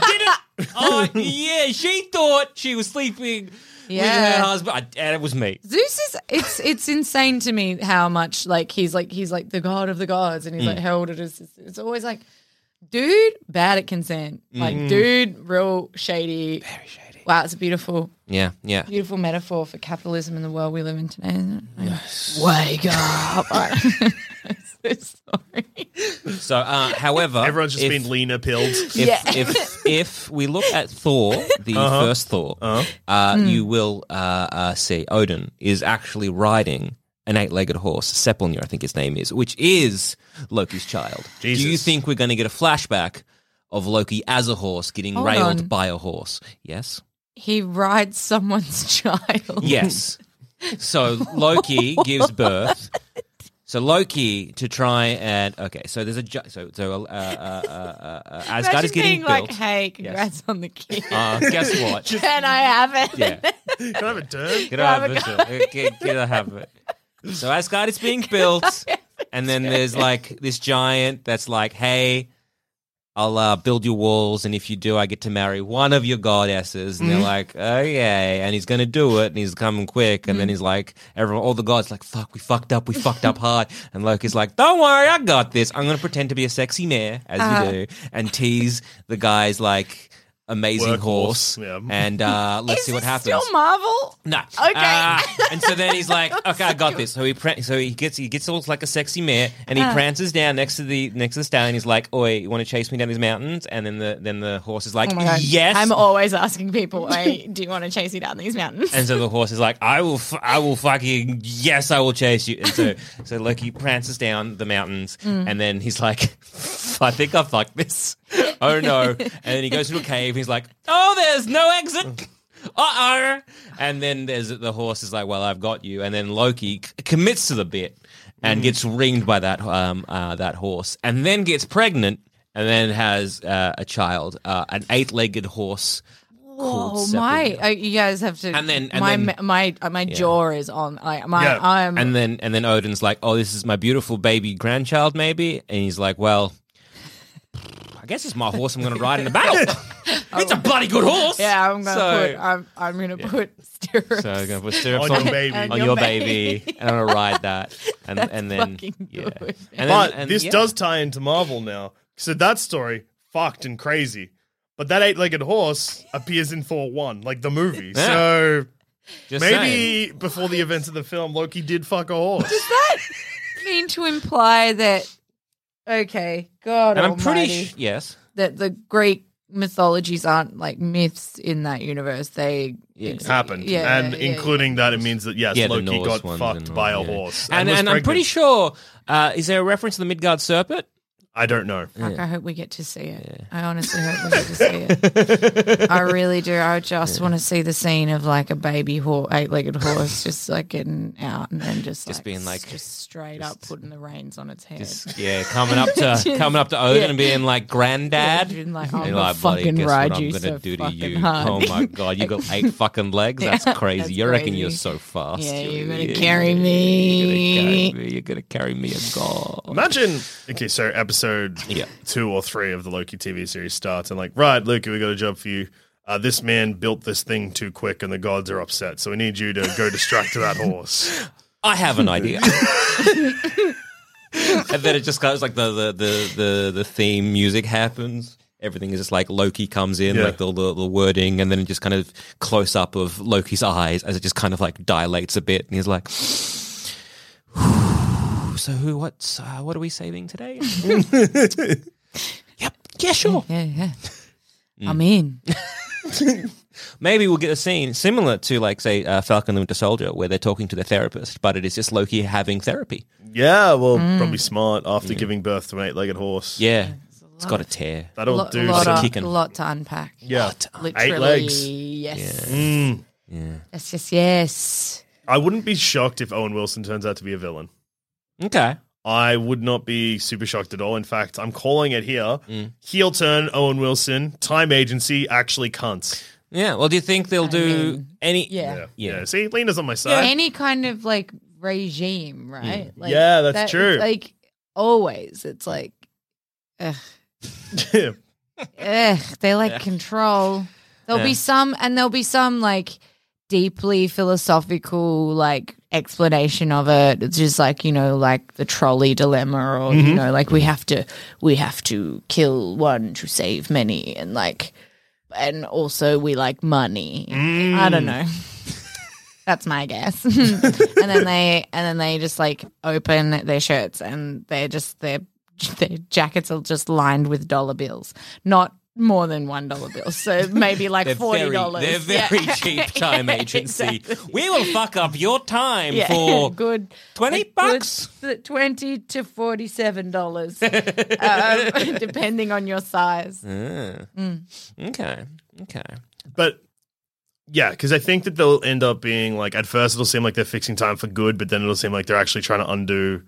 B: did
C: <laughs>
B: it. I, yeah, she thought she was sleeping with her
D: Yeah.
B: husband. I, and it was me.
D: Zeus is it's it's insane to me how much like he's like he's like the god of the gods and he's
B: Mm.
D: like held it as it's always like dude bad at consent like
B: Mm.
D: dude real shady very shady wow it's a beautiful
B: Yeah, yeah.
D: beautiful metaphor for capitalism and the world we live in today isn't it? wake up
B: <laughs>
D: <laughs> I'm so sorry
B: So, uh, however,
C: Everyone's just
B: if-
C: been
B: <laughs>
C: Lena pilled.
B: If,
D: Yeah. <laughs>
B: if if we look at Thor, the first Thor, uh
D: Hmm.
B: you will uh, uh, see Odin is actually riding an eight-legged horse, Sepulnir, I think his name is, which is Loki's child. Do you
C: Jesus.
B: think we're going to get a flashback of Loki as a horse getting
D: Hold
B: railed
D: on.
B: by a horse? Yes,
D: he rides someone's <laughs> child <laughs>
B: yes. so Loki gives birth. So Loki to try and okay. So there's a ju- so so uh, uh, uh, uh, uh, Asgard
D: Imagine
B: is getting
D: being
B: built.
D: like hey congrats on the kid
B: uh, guess what?
D: <laughs> can I have it
B: Yeah.
C: Can I have a
B: <laughs>
C: turn?
B: Can I have
D: Have a
B: it? sir? Can, can
D: <laughs>
B: I have it? So Asgard is being built, and then there's like this giant that's like, "Hey, I'll uh, build your walls, and if you do, I get to marry one of your goddesses."
D: Mm-hmm.
B: And they're like, "Okay," and he's gonna do it, and he's coming quick, and
D: Mm-hmm.
B: then he's like, "Everyone, all the gods, like, fuck, we fucked up, we fucked up hard," <laughs> and Loki's like, "Don't worry, I got this. I'm gonna pretend to be a sexy mare, as
D: Uh-huh.
B: you do, and tease the guys like." Amazing
C: Workhorse,
B: horse,
C: yeah.
B: and
D: <laughs>
B: uh, let's
D: Is
B: see what
D: this
B: happens.
D: still Marvel
B: No.
D: Okay.
B: Uh, and so then he's
D: <laughs>
B: like, "Okay, I got this." So he pran- so he gets he gets all like a sexy mare, and
D: Uh.
B: he prances down next to the next to the stallion. He's like, "Oi, you want to chase me down these mountains?" And then the then the horse is like,
D: Oh my God.
B: "Yes."
D: I'm always asking
B: <laughs>
D: people, hey, do you want to chase you down these mountains?
B: and so the horse is like, "I will, f- I will fucking yes, I will chase you." And so so Loki prances down the mountains, and then he's like, <laughs> "I think I fucked this. <laughs> Oh no!" And then he goes to a cave. And he's like, "Oh, there's no exit." uh oh. And then there's the horse is like, well, I've got you. And then Loki c- commits to the bit and gets ringed by that um uh, that horse, and then gets pregnant, and then has uh, a child, uh, an eight legged horse. called
D: Oh my!
B: Sepulveda.
D: Oh, you guys have to.
B: And then- and
D: my
B: then-
D: my uh, my jaw is on. I my
C: Yeah.
D: I'm.
B: And then and then Odin's like, "Oh, this is my beautiful baby grandchild, maybe." And he's like, "Well, I guess it's my horse I'm going to ride in the battle.
D: <laughs>
B: it's a bloody good horse.
D: Yeah, I'm gonna
B: So-
D: put I'm I'm gonna put stirrups. <laughs>
B: So I'm gonna put stirrups
C: On
B: on,
C: your baby.
B: on
C: On
B: your
D: your
B: baby, and I'm gonna ride
D: <laughs>
B: that, and and then
D: fucking
B: yeah,
D: good.
B: and
C: But
B: and-
C: this
B: yeah.
C: does tie into Marvel now. So that story, fucked and crazy. But that eight legged horse appears in Thor 1, like the movie.
B: Yeah.
C: So
B: Just saying.
C: maybe before the events of the film, Loki did fuck a
D: <laughs>
C: horse.
D: mean to imply that okay, God
B: and I'm pretty
D: almighty,
B: sh- yes,
D: that the Greek mythologies aren't like myths in that universe. They
B: Yeah.
D: exist.
C: Happened.
D: Yeah,
C: and
D: yeah, yeah,
C: including that, it means that, yes,
B: yeah, the
C: Loki
B: Norse
C: got
B: ones
C: fucked
B: and all,
C: by a
B: yeah.
C: horse.
B: and
C: was
B: and I'm pretty
C: pregnant.
B: sure uh, is there a reference to the Midgard serpent?
C: I don't know.
D: Fuck, I hope we get to see it. I honestly hope we get to see
B: <laughs>
D: it. I really do. I just want to see the scene of like a baby horse, eight-legged horse, just like getting out and then just
B: Just
D: like,
B: being
D: s-
B: like-
D: just straight up putting the reins on its head.
B: Just, <laughs> yeah, coming up
D: <laughs>
B: to coming up to Odin
D: yeah.
B: and being like granddad.
D: Being like,
B: And
D: I'm
B: you're
D: gonna
B: like, buddy,
D: fucking
B: guess
D: ride
B: what
D: you
B: I'm
D: so
B: gonna do to
D: fucking
B: you.
D: hard.
B: Oh
D: <laughs>
B: my god, you got eight fucking legs. That's crazy.
D: that's
B: you reckon you're
D: crazy.
B: so fast.
D: Yeah, you're gonna
B: Yeah,
D: carry
B: You're
D: me.
B: gonna carry me. You're gonna carry me a god.
C: Imagine, okay, so episode
B: Yeah.
C: two or three of the Loki TV series starts, and like, right, Loki, we got a job for you. Uh, this man built this thing too quick, and the gods are upset. So we need you to go distract
B: <laughs>
C: that horse.
B: I have an idea. <laughs> and then it just goes like the the, the, the the theme music happens. Everything is just like Loki comes in,
C: Yeah.
B: like the, the the wording, and then just kind of close up of Loki's eyes as it just kind of like dilates a bit, and he's like, <sighs> "So who? What's uh, what are we saving today?" yep. Yeah, sure.
D: Yeah, yeah.
B: <laughs>
D: I'm in.
B: Mm. Maybe we'll get a scene similar to like say uh, Falcon and the Winter Soldier, where they're talking to the therapist, but it is just Loki having therapy.
C: Yeah, well,
D: Mm.
C: probably smart after giving birth to an eight-legged horse.
B: Yeah, it's got a tear.
C: that'll
D: Lot,
C: do.
D: lot,
B: some
D: of-
B: kicking.
D: lot to unpack.
C: yeah,
D: Literally,
C: legs.
D: Yes.
C: Mm.
D: That's just yes.
C: I wouldn't be shocked if Owen Wilson turns out to be a villain.
B: Okay.
C: I would not be super shocked at all. In fact, I'm calling it here. Heel turn, Owen Wilson. Time agency, actually cunts.
B: Yeah. Well, do you think they'll do
D: mean,
B: any?
D: Yeah.
C: Yeah.
B: Yeah.
C: yeah. See, Lena's on my side.
D: Any kind of like regime, right? Like,
C: Mm. Yeah, that's true.
D: Like always, it's like, ugh,
C: <laughs>
D: ugh they like control. There'll
B: Yeah.
D: be some, and there'll be some like deeply philosophical like explanation of it. It's just like you know, like the trolley dilemma, or
C: Mm-hmm.
D: you know, like we have to we have to kill one to save many, and like, and also we like money.
C: Mm,
D: I
B: Hmm.
D: don't know. <laughs> That's my guess. <laughs> and then they and then they just like open their shirts and they're just their <laughs> their jackets are just lined with dollar bills, not more than one dollar bills. So maybe like
B: They're
D: forty
B: very,
D: dollars.
B: they're
D: <laughs>
B: very <laughs> cheap time agency. We will fuck up your time
D: Yeah,
B: for
D: <laughs> good
B: 20
D: good
B: bucks?
D: th- twenty to forty-seven dollars, <laughs> um, <laughs> depending on your size. Mm.
B: Okay. Okay.
C: But yeah, because I think that they'll end up being like at first it'll seem like they're fixing time for good, but then it'll seem like they're actually trying to undo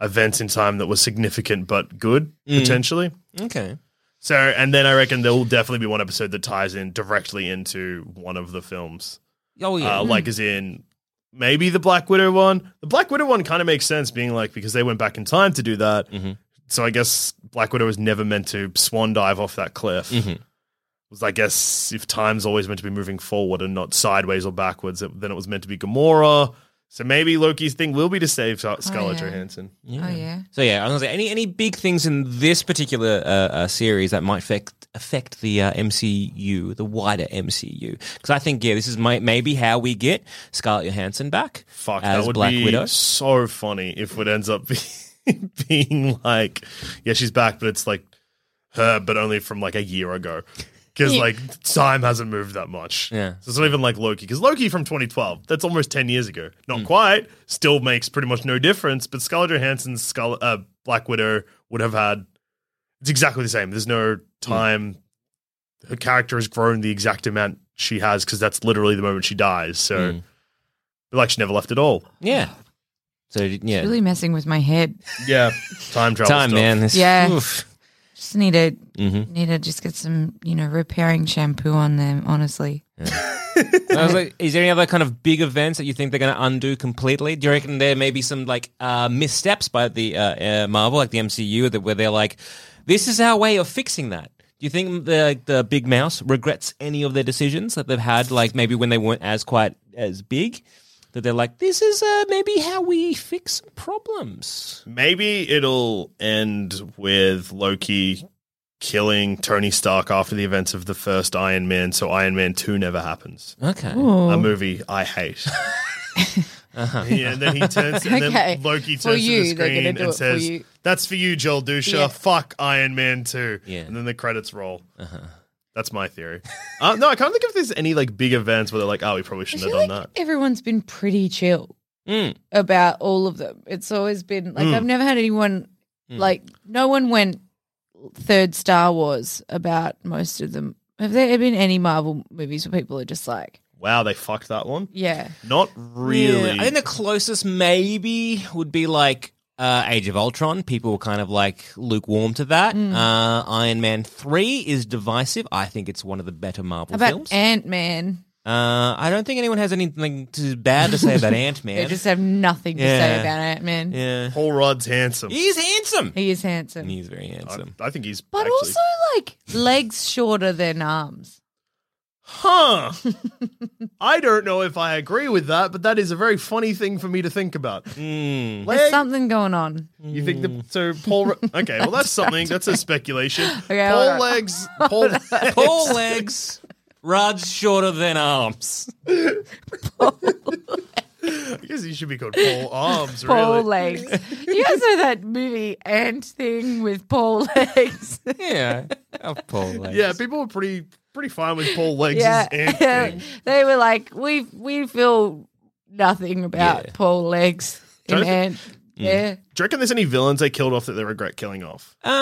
C: events in time that were significant but good potentially.
B: Okay.
C: So and then I reckon there will definitely be one episode that ties in directly into one of the films,
B: Oh yeah.
C: uh, like as in. Maybe the Black Widow one. The Black Widow one kind of makes sense, being like because they went back in time to do that. So I guess Black Widow was never meant to swan dive off that cliff was I guess if time's always meant to be moving forward and not sideways or backwards, it, then it was meant to be Gamora. So maybe Loki's thing will be to save Scar- Scarlett
D: yeah.
C: Johansson.
D: Oh yeah.
B: So yeah, I was gonna say any any big things in this particular uh, uh, series that might affect affect the uh, MCU, the wider MCU, because I think yeah, this is my, maybe how we get Scarlett Johansson back
C: Fuck,
B: as
C: that would
B: Black
C: be
B: Widow.
C: so funny if it ends up <laughs> being, being like, yeah, she's back, but it's like her, but only from like a year ago. Because like time hasn't moved that much.
B: Yeah.
C: So it's not even like Loki. Because Loki from 2012, that's almost 10 years ago.
B: Hmm.
C: Not quite. Still makes pretty much no difference. But Scarlett Johansson's Scarlet, uh, Black Widow would have had. It's exactly the same. There's
B: Hmm.
C: no time. Her character has grown the exact amount she has because that's literally the moment she dies. So,
B: Hmm.
C: like, she never left at all.
B: Mm. Yeah. So yeah,
D: Really messing with my head.
C: Yeah, time travel.
B: time
C: stuff.
B: man. This-
D: Yeah.
B: oof.
D: Just need to
B: Mhm.
C: Mm-hmm.
D: need to just get some you know repairing shampoo on them. Honestly,
B: And I was like, is there any other kind of big events that you think they're going to undo completely? Do you reckon there may be some like uh, missteps by the uh, uh, Marvel, like the MCU, that where they're like, this is our way of fixing that? Do you think the the Big Mouse regrets any of their decisions that they've had, like maybe when they weren't as quite as big? That they're like, this is uh, maybe how we fix some problems.
C: Maybe it'll end with Loki killing Tony Stark after the events of the first Iron Man, so Iron Man 2 never happens.
B: Okay.
C: A movie I hate.
D: <laughs>
C: Uh-huh. Yeah, and then he turns, and
D: Uh-huh. Okay.
C: then Loki
D: For
C: turns
D: you,
C: to the
D: they're gonna
C: screen
D: do
C: and
D: it for
C: says,
D: you.
C: "That's for you, Joel Dusha.
D: Yeah.
C: Fuck Iron Man 2.
B: Yeah.
C: and then the credits roll.
D: Uh-huh.
C: That's my theory. uh, no, I can't think if there's any like big events where they're like, "Oh, we probably
D: I
C: shouldn't
D: feel
C: have done
D: like
C: that."
D: everyone's been pretty chill
B: Mm.
D: about all of them. It's always been like
C: Mm.
D: I've never had anyone like no one went third Star Wars about most of them. Have there been any Marvel movies where people are just like,
C: Wow, they fucked that one.
D: yeah,
C: Not really.
B: Yeah, I think the closest maybe would be like uh, Age of Ultron. People were kind of like lukewarm to that.
D: Mm.
B: Uh, Iron Man 3 is divisive. I think it's one of the better Marvel films.
D: about Ant Man?
B: uh, I don't think anyone has anything to bad to say
D: <laughs>
B: about Ant
D: They
B: Man.
D: just have nothing to
B: Yeah.
D: say about Ant Man.
B: yeah.
C: Paul Rudd's handsome.
B: He's handsome.
D: He is handsome,
B: He's very
D: <laughs>
B: handsome.
C: I, I think he's.
D: but
C: actually-
D: also like legs shorter than arms. <laughs>
C: huh? I don't know if I agree with that, but that is a very funny thing for me to think about.
B: Mm.
D: There's
C: Leg-
D: something going on.
C: You think the so Paul?
D: <laughs>
C: Ru- Okay, well that's something. That's a speculation.
D: Okay,
C: Paul
D: alright.
C: legs.
D: <laughs>
C: Paul. <laughs>
B: Paul <laughs> legs, Rudd's shorter than arms. <laughs>
C: I guess he should be called Paul Arms.
D: Paul
C: really.
D: legs.
C: <laughs>
D: You guys know that movie Ant thing with Paul <laughs> legs.
B: Yeah. Oh,
D: <laughs>
B: Paul legs.
C: Yeah, people were pretty pretty fine with Paul legs.
D: <laughs> yeah,
C: as Ant thing.
D: they were like, we we feel nothing about
B: Yeah.
D: Paul legs in
C: Don't you-
D: Ant. Yeah,
C: Do you reckon there's any villains they killed off that they regret killing off?
B: Um,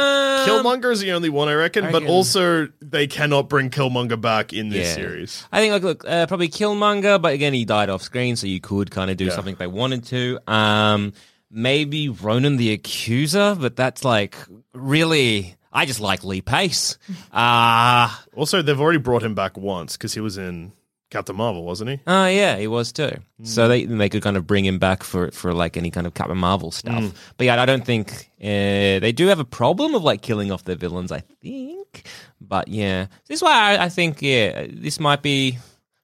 C: Killmonger is the only one I reckon,
B: I
C: but
B: reckon-
C: also they cannot bring Killmonger back in this
B: Yeah.
C: series.
B: I think like look uh, probably Killmonger, but again he died off screen, so you could kind of do something if they wanted to. Um, maybe Ronan the Accuser, but that's like really. I just like Lee Pace. Uh,
C: Also, they've already brought him back once because he was in Captain Marvel, wasn't he?
B: Oh yeah, he was too. So they they could kind of bring him back for for like any kind of Captain Marvel stuff. But yeah, I don't think uh, they do have a problem of like killing off their villains. I think, but yeah, this is why I, I think yeah this might be.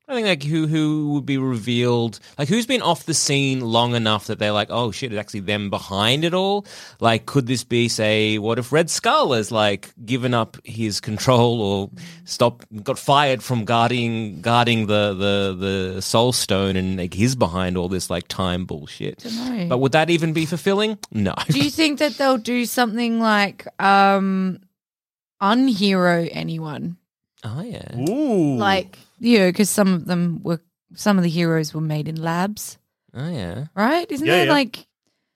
B: I think like who who would be revealed like who's been off the scene long enough that they're like oh shit it's actually them behind it all like could this be say what if Red Skull has like given up his control or stop got fired from guarding guarding the the the Soul Stone and like he's behind all this like time bullshit
D: Dunno.
B: but would that even be fulfilling no
D: Do you think that they'll do something like um unhero anyone?
B: <laughs> oh yeah
C: Ooh,
D: Like you know, because some of them were some of the heroes were made in labs,
B: oh yeah
D: right? Isn't
C: Yeah,
D: there
C: yeah.
D: like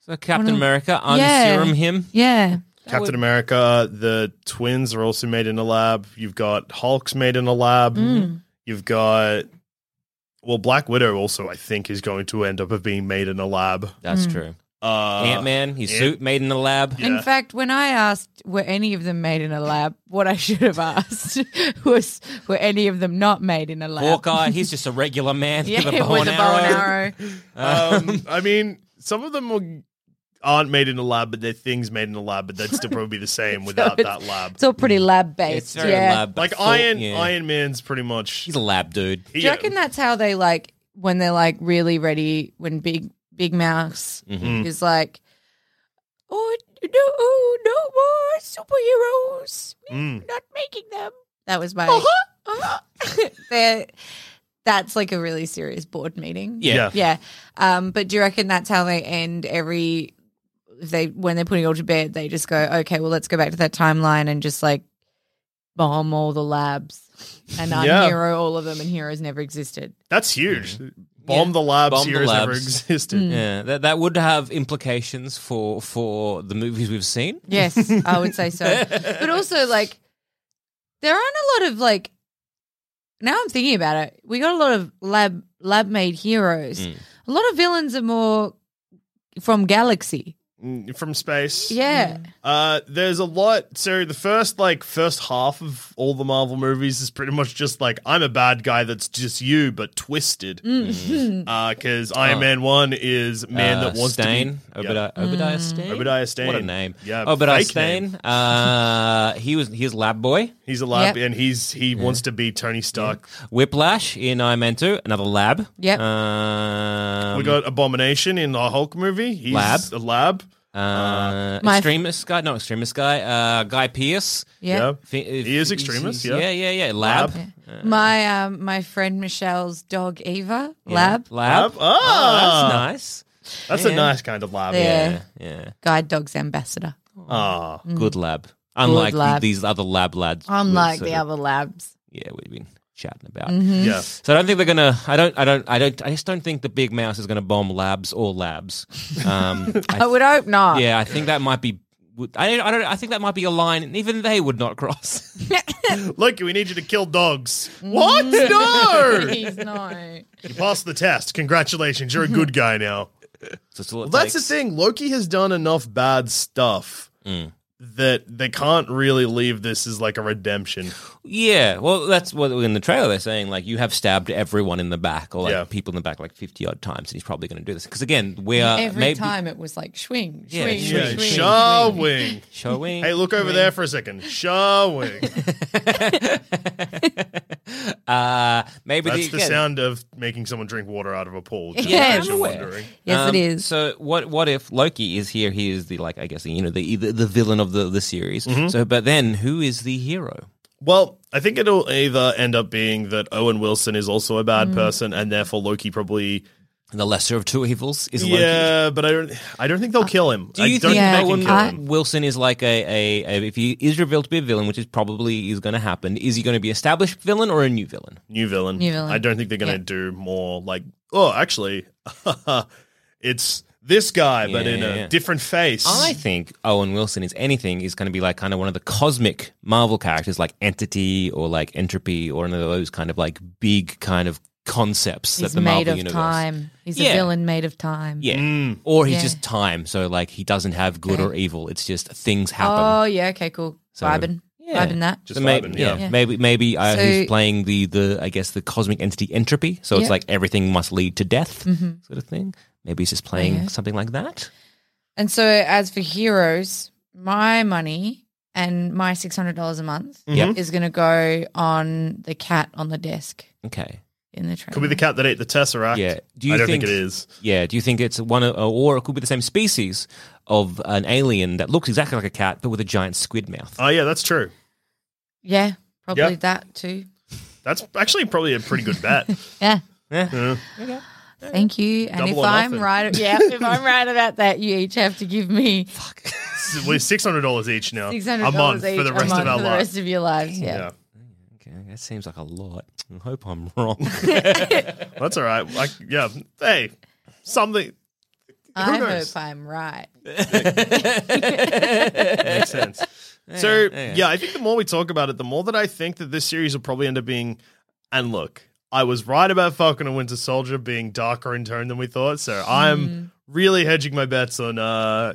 B: so
D: One
B: Captain
D: of-
B: America
D: Yeah.
B: unserum him
D: yeah?
C: Captain America, the twins are also made in a lab. You've got Hulk's made in a lab.
D: Mm.
C: You've got well, Black Widow also I think is going to end up of being made in a lab.
B: that's
D: Mm.
B: true
C: Uh,
B: Ant Man his
C: Ant-
B: suit made in the lab
C: Yeah.
D: In fact, when I asked were any of them made in a lab, what I should have asked <laughs> was were any of them not made in a lab?
B: Hawkeye, he's just a regular man
D: <laughs> yeah,
B: with a bow,
D: with
B: and,
D: a
B: arrow. Uh,
D: bow and arrow.
B: <laughs>
C: Um, I mean, some of them were, aren't made in a lab, but they're things made in a lab, but they'd still probably be the
D: <laughs>
C: same without
D: it's-
C: that lab.
D: It's all pretty lab
B: It's
D: based.
B: very
D: Yeah.
B: lab, but
C: Like
B: full-
C: Iron
B: yeah.
C: Iron Man's pretty much.
B: He's a lab dude.
D: Do
C: He,
D: you reckon that's how they like when they're like really ready when Big Big Mouse
C: Mm.
B: Mhm.
D: is like, oh no, no more superheroes.
C: Mm.
D: not making them. That was my.
B: Uh-huh.
D: <laughs> They're- that's like a really serious board meeting.
B: Yeah.
C: Yeah.
D: Yeah. Um, but do you reckon that's how they end every? If they when they're putting it all to bed, they just go, okay, well, let's go back to that timeline and just like bomb all the labs and
C: Yeah.
D: unhero all of them, and heroes never existed.
C: That's huge. Bomb the labs.
B: Bomb the
C: heroes never
B: labs.
C: existed.
D: Mm.
B: Yeah, that that would have implications for for the movies we've seen. <laughs>
D: Yes, I would say so. <laughs> But also, like, there aren't a lot of like. Now I'm thinking about it. We got a lot of lab lab made heroes.
B: Mm.
D: A lot of villains are more from Galaxy.
C: mm, from space.
D: Yeah.
C: Uh, there's a lot. So the first like first half of all the Marvel movies is pretty much just like I'm a bad guy that's just you but twisted.
D: Mm. <laughs>
C: Because
B: Mm.
C: Iron
B: Oh.
C: Man One is <laughs> man
B: Uh,
C: that wants
B: Stain,
C: to be.
B: Obadiah,
D: Mm.
B: Obadiah Stain.
C: Obadiah Stane.
B: What a name.
C: Yeah,
B: Obadiah
C: fake name.
B: Stain. Uh, he was he's lab boy.
C: He's a lab,
D: Yep.
C: and he's he wants to be Tony Stark.
B: Mm. Whiplash in Iron Man Two, another lab.
D: Yep.
B: Um,
C: we got Abomination in the Hulk movie. He's
B: Lab.
C: a lab.
B: uh,
D: My-
B: extremist guy. No extremist guy. Uh, Guy Pierce.
D: Yeah.
C: Yeah.
B: Fe-
C: He is
B: he's-
C: extremist,
B: he's-
C: yeah.
B: yeah, yeah, yeah. Lab.
C: Lab.
D: My um, my friend Michelle's dog Eva
B: Yeah.
D: Lab
B: Lab. Oh,
C: Lab. Ah.
B: that's nice.
C: That's a
B: Yeah.
C: nice kind of lab.
D: Yeah. Mm-hmm.
B: Yeah, yeah.
D: guide dogs ambassador.
C: Ah.
B: Good lab. Unlike the-
D: lab.
B: these other lab lads.
D: Unlike
B: we've
D: the Mm-hmm.
B: sort of-
D: other labs.
B: Yeah, we've been chatting about.
C: Yeah.
B: So I don't think they're gonna. I don't. I don't. I don't. I just don't think the big mouse is gonna bomb labs or labs. Um,
D: <laughs>
B: I,
D: I would hope not. <laughs>
B: yeah, I think that might be. would- I don't, I don't. I think that might be a line even they would not <laughs> cross.
C: Loki, we need you to kill dogs. What? No!
B: <laughs>
D: Please, no.
C: you passed the test. Congratulations. You're a good guy now.
B: So it's all it
C: Well, that's the
B: takes.
C: thing. Loki has done enough bad stuff that they can't really leave this as like a redemption.
B: Yeah. Well, that's what in the trailer they're saying. Like you have stabbed everyone in the back, or like
C: Yeah.
B: people in the back, like fifty odd times, and he's probably going to do this because again, we are
D: Every
B: Uh, maybe
D: time it was like swing,
B: Yeah,
D: swing,
B: swing,
D: swing.
C: Showing.
B: showing.
C: Hey, look over there for a second. Showing.
B: uh, maybe
C: That's the
B: again,
C: sound of making someone drink water out of a pool. just in
D: Yeah,
C: case you're
B: I'm aware.
C: wondering.
D: Yes,
B: Um,
D: it is.
B: So what? What if Loki is here? He is the like I guess you know the the, the villain of the the series.
C: Mm-hmm.
B: So, but then who is the hero?
C: Well, I think it'll either end up being that Owen Wilson is also a bad person, and therefore Loki probably.
B: The lesser of two evils is Loki.
C: Yeah, but I don't. I don't think
D: Uh,
C: they'll kill him.
B: Do you
C: I don't
B: think
D: Yeah,
C: think they
B: Owen
C: can kill him.
B: Wilson is like a, a, a if he is revealed to be a villain, which is probably is going to happen? Is he going to be established villain or a new villain?
C: New villain.
D: New villain.
C: I don't think they're going to
D: Yeah.
C: do more like. Oh, actually, <laughs> it's this guy, but in
B: Yeah,
C: a
B: yeah.
C: different face.
B: I think Owen Wilson is anything is going to be like kind of one of the cosmic Marvel characters, like Entity or like Entropy or one of those kind of like big kind of concepts
D: He's
B: that the
D: made
B: Marvel
D: of
B: universe.
D: time. He's
B: Yeah.
D: a villain made of time.
B: Yeah,
C: Mm.
B: or he's
D: Yeah.
B: just time. So like he doesn't have good or evil. It's just things happen.
D: Oh yeah. Okay. Cool.
B: So-
D: vibing.
B: Yeah.
D: Vibing that.
C: Just
B: So may-
C: vibing, yeah.
D: Yeah.
B: maybe maybe uh,
D: So-
B: he's playing the the I guess the cosmic entity entropy. So it's
D: Yeah. Mm.
B: like everything must lead to death,
D: Mm-hmm.
B: sort of thing. Maybe he's just playing something like that.
D: And so, as for heroes, my money and my six hundred dollars a month
B: Yep.
D: is going to go on the cat on the desk
B: Okay.
D: in the trailer.
C: Could be the cat that ate the tesseract.
B: Yeah. Do you
C: I don't think,
B: think-
C: it is.
B: Yeah. Do you think it's one of, or it could be the same species of an alien that looks exactly like a cat but with a giant squid mouth?
C: Oh yeah, that's true.
D: Yeah, probably
C: Yeah.
D: that too.
C: That's actually probably a pretty good
D: <laughs>
C: bet.
D: Yeah.
B: Yeah.
D: Thank you. And
C: Double
D: if
C: or
D: I'm
C: nothing.
D: right, <laughs> yeah, if I'm right about that, you each have to give me
C: We're six hundred dollars each now.
D: six
C: a
D: hundred
C: month
D: dollars each
C: for the rest
D: a month
C: of our
D: for the
C: lives.
D: rest of your lives. Yeah.
C: Yeah.
B: Okay, that seems like a lot. I hope I'm wrong.
C: That's all right. Like, yeah. Hey, something
D: I
C: knows?
D: hope I'm right.
C: makes sense. <laughs> So, yeah, I think the more we talk about it, the more that I think that this series will probably end up being. And look, I was right about Falcon and Winter Soldier being darker in tone than we thought. So I'm really hedging my bets on uh,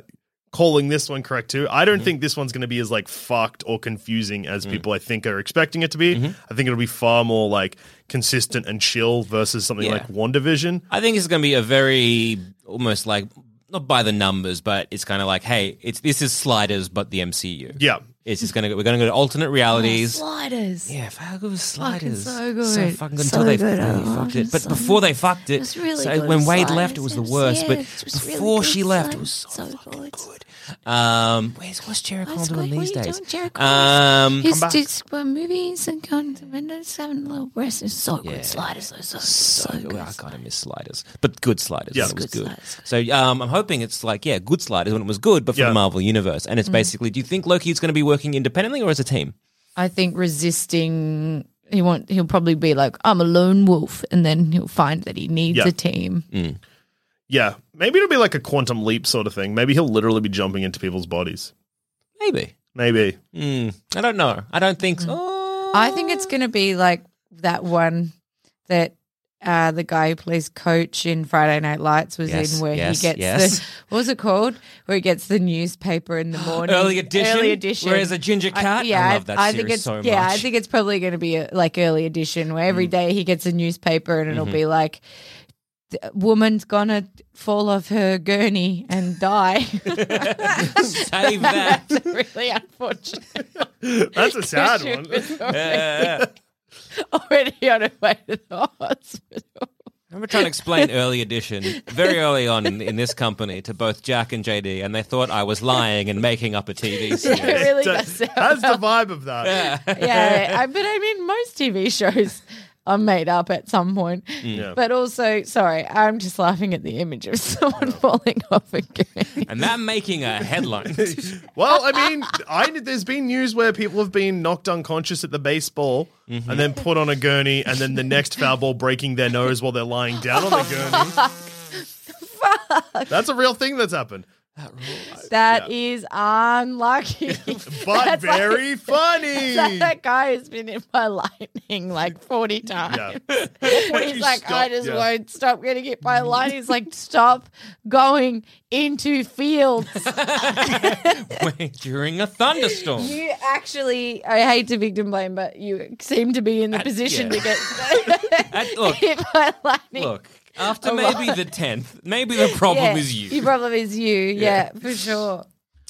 C: calling this one correct too. I don't think this one's going to be as like fucked or confusing as people I think are expecting it to be. I think it'll be far more like consistent and chill versus something
B: Yeah.
C: like WandaVision.
B: I think it's going to be a very almost like not by the numbers, but it's kind of like, hey, it's this is sliders, but the MCU.
C: Yeah.
B: It's just going to we're going to go to alternate realities.
D: Sliders.
B: yeah, fuck, it was sliders.
D: so good.
B: So fucking good
D: So
B: until they
D: good.
B: really
D: Oh,
B: fucked it. But
D: so
B: before they fucked it,
D: was really
B: so
D: good
B: when Wade
D: sliders.
B: left, it was the
D: It was-
B: worst.
D: yeah,
B: but
D: it was really
B: before
D: good
B: she left, it
D: sliders.
B: was so,
D: So
B: fucking
D: good.
B: good. Um, where's what's Jerry Cole doing
D: good.
B: these
D: What are you
B: days?
D: doing, Jerry Cole?
C: Mm,
B: um,
E: He's just well, movies and going to windows, having a little rest. It's so
B: Yeah.
E: good. Sliders, so, so,
B: so
E: so,
B: good.
E: good.
B: I kind of miss sliders, but good sliders.
C: Yeah.
B: it was
E: Good
B: good. So um, I'm hoping it's like yeah, good sliders when it was good, but for
C: Yeah.
B: the Marvel universe. And it's basically, do you think Loki is going to be working independently or as a team?
D: I think resisting. He won't. He'll probably be like, "I'm a lone wolf," and then he'll find that he needs
C: Yeah.
D: a team.
C: Yeah. Maybe it'll be like a quantum leap sort of thing. Maybe he'll literally be jumping into people's bodies.
B: Maybe.
C: Maybe.
B: Hmm. I don't know. I don't think. so.
D: I think it's going to be like that one that uh, the guy who plays Coach in Friday Night Lights was
B: Yes,
D: in, where
B: yes,
D: he gets
B: yes.
D: the <laughs> what was it called? Where he gets the
B: <gasps>
D: newspaper in the morning.
B: Early edition.
D: Early edition.
B: Whereas a ginger
D: I-
B: cat. I,
D: yeah,
B: love that series
D: think it's
B: so much. Mm.
D: yeah,
B: <laughs>
D: I think it's probably going to be a, like early edition where every day he gets a newspaper and
B: Mm-hmm.
D: it'll be like, "D- "Woman's gonna fall off her gurney and die."
B: save <laughs> that.
D: <laughs> That's really unfortunate.
C: <laughs> That's a sad
D: She
C: one. <laughs>
D: was
B: Yeah.
D: already on her way to the hospital.
B: I remember trying to explain early edition very early on in, in this company to both Jack and JD, and they thought I was lying and making up a TV
D: <laughs> It
B: series.
D: really
C: That-
D: does. sound-
C: That's the vibe of that.
D: <laughs> yeah, I, but I mean, most TV shows are made up at some point.
B: Mm.
C: Yeah.
D: But also, sorry, I'm just laughing at the image of <laughs> someone falling off a gurney.
B: <laughs> And that making a headline.
C: Well, I mean, I there's been news where people have been knocked unconscious at the baseball and then put on a gurney, and then the next foul ball breaking their nose while they're lying down on the
D: Oh,
C: gurney. That's a real thing that's happened,
D: That is unlucky.
C: but
D: <laughs> That's like-
C: very funny.
D: that, that guy has been in my lightning like 40 times.
C: yeah,
D: And
C: you
D: <laughs> he's like,
C: stop-
D: I just
C: yeah.
D: won't stop getting hit by lightning. He's like, stop going into fields.
B: <laughs> during a thunderstorm.
D: You actually, I hate to victim blame, but you seem to be in the position
B: yeah.
D: to get
B: And look,
D: <laughs> hit by lightning.
B: look. After maybe the tenth, maybe
D: <laughs>
B: the problem
D: yeah,
B: is you.
D: Your problem is you. Yeah, for sure.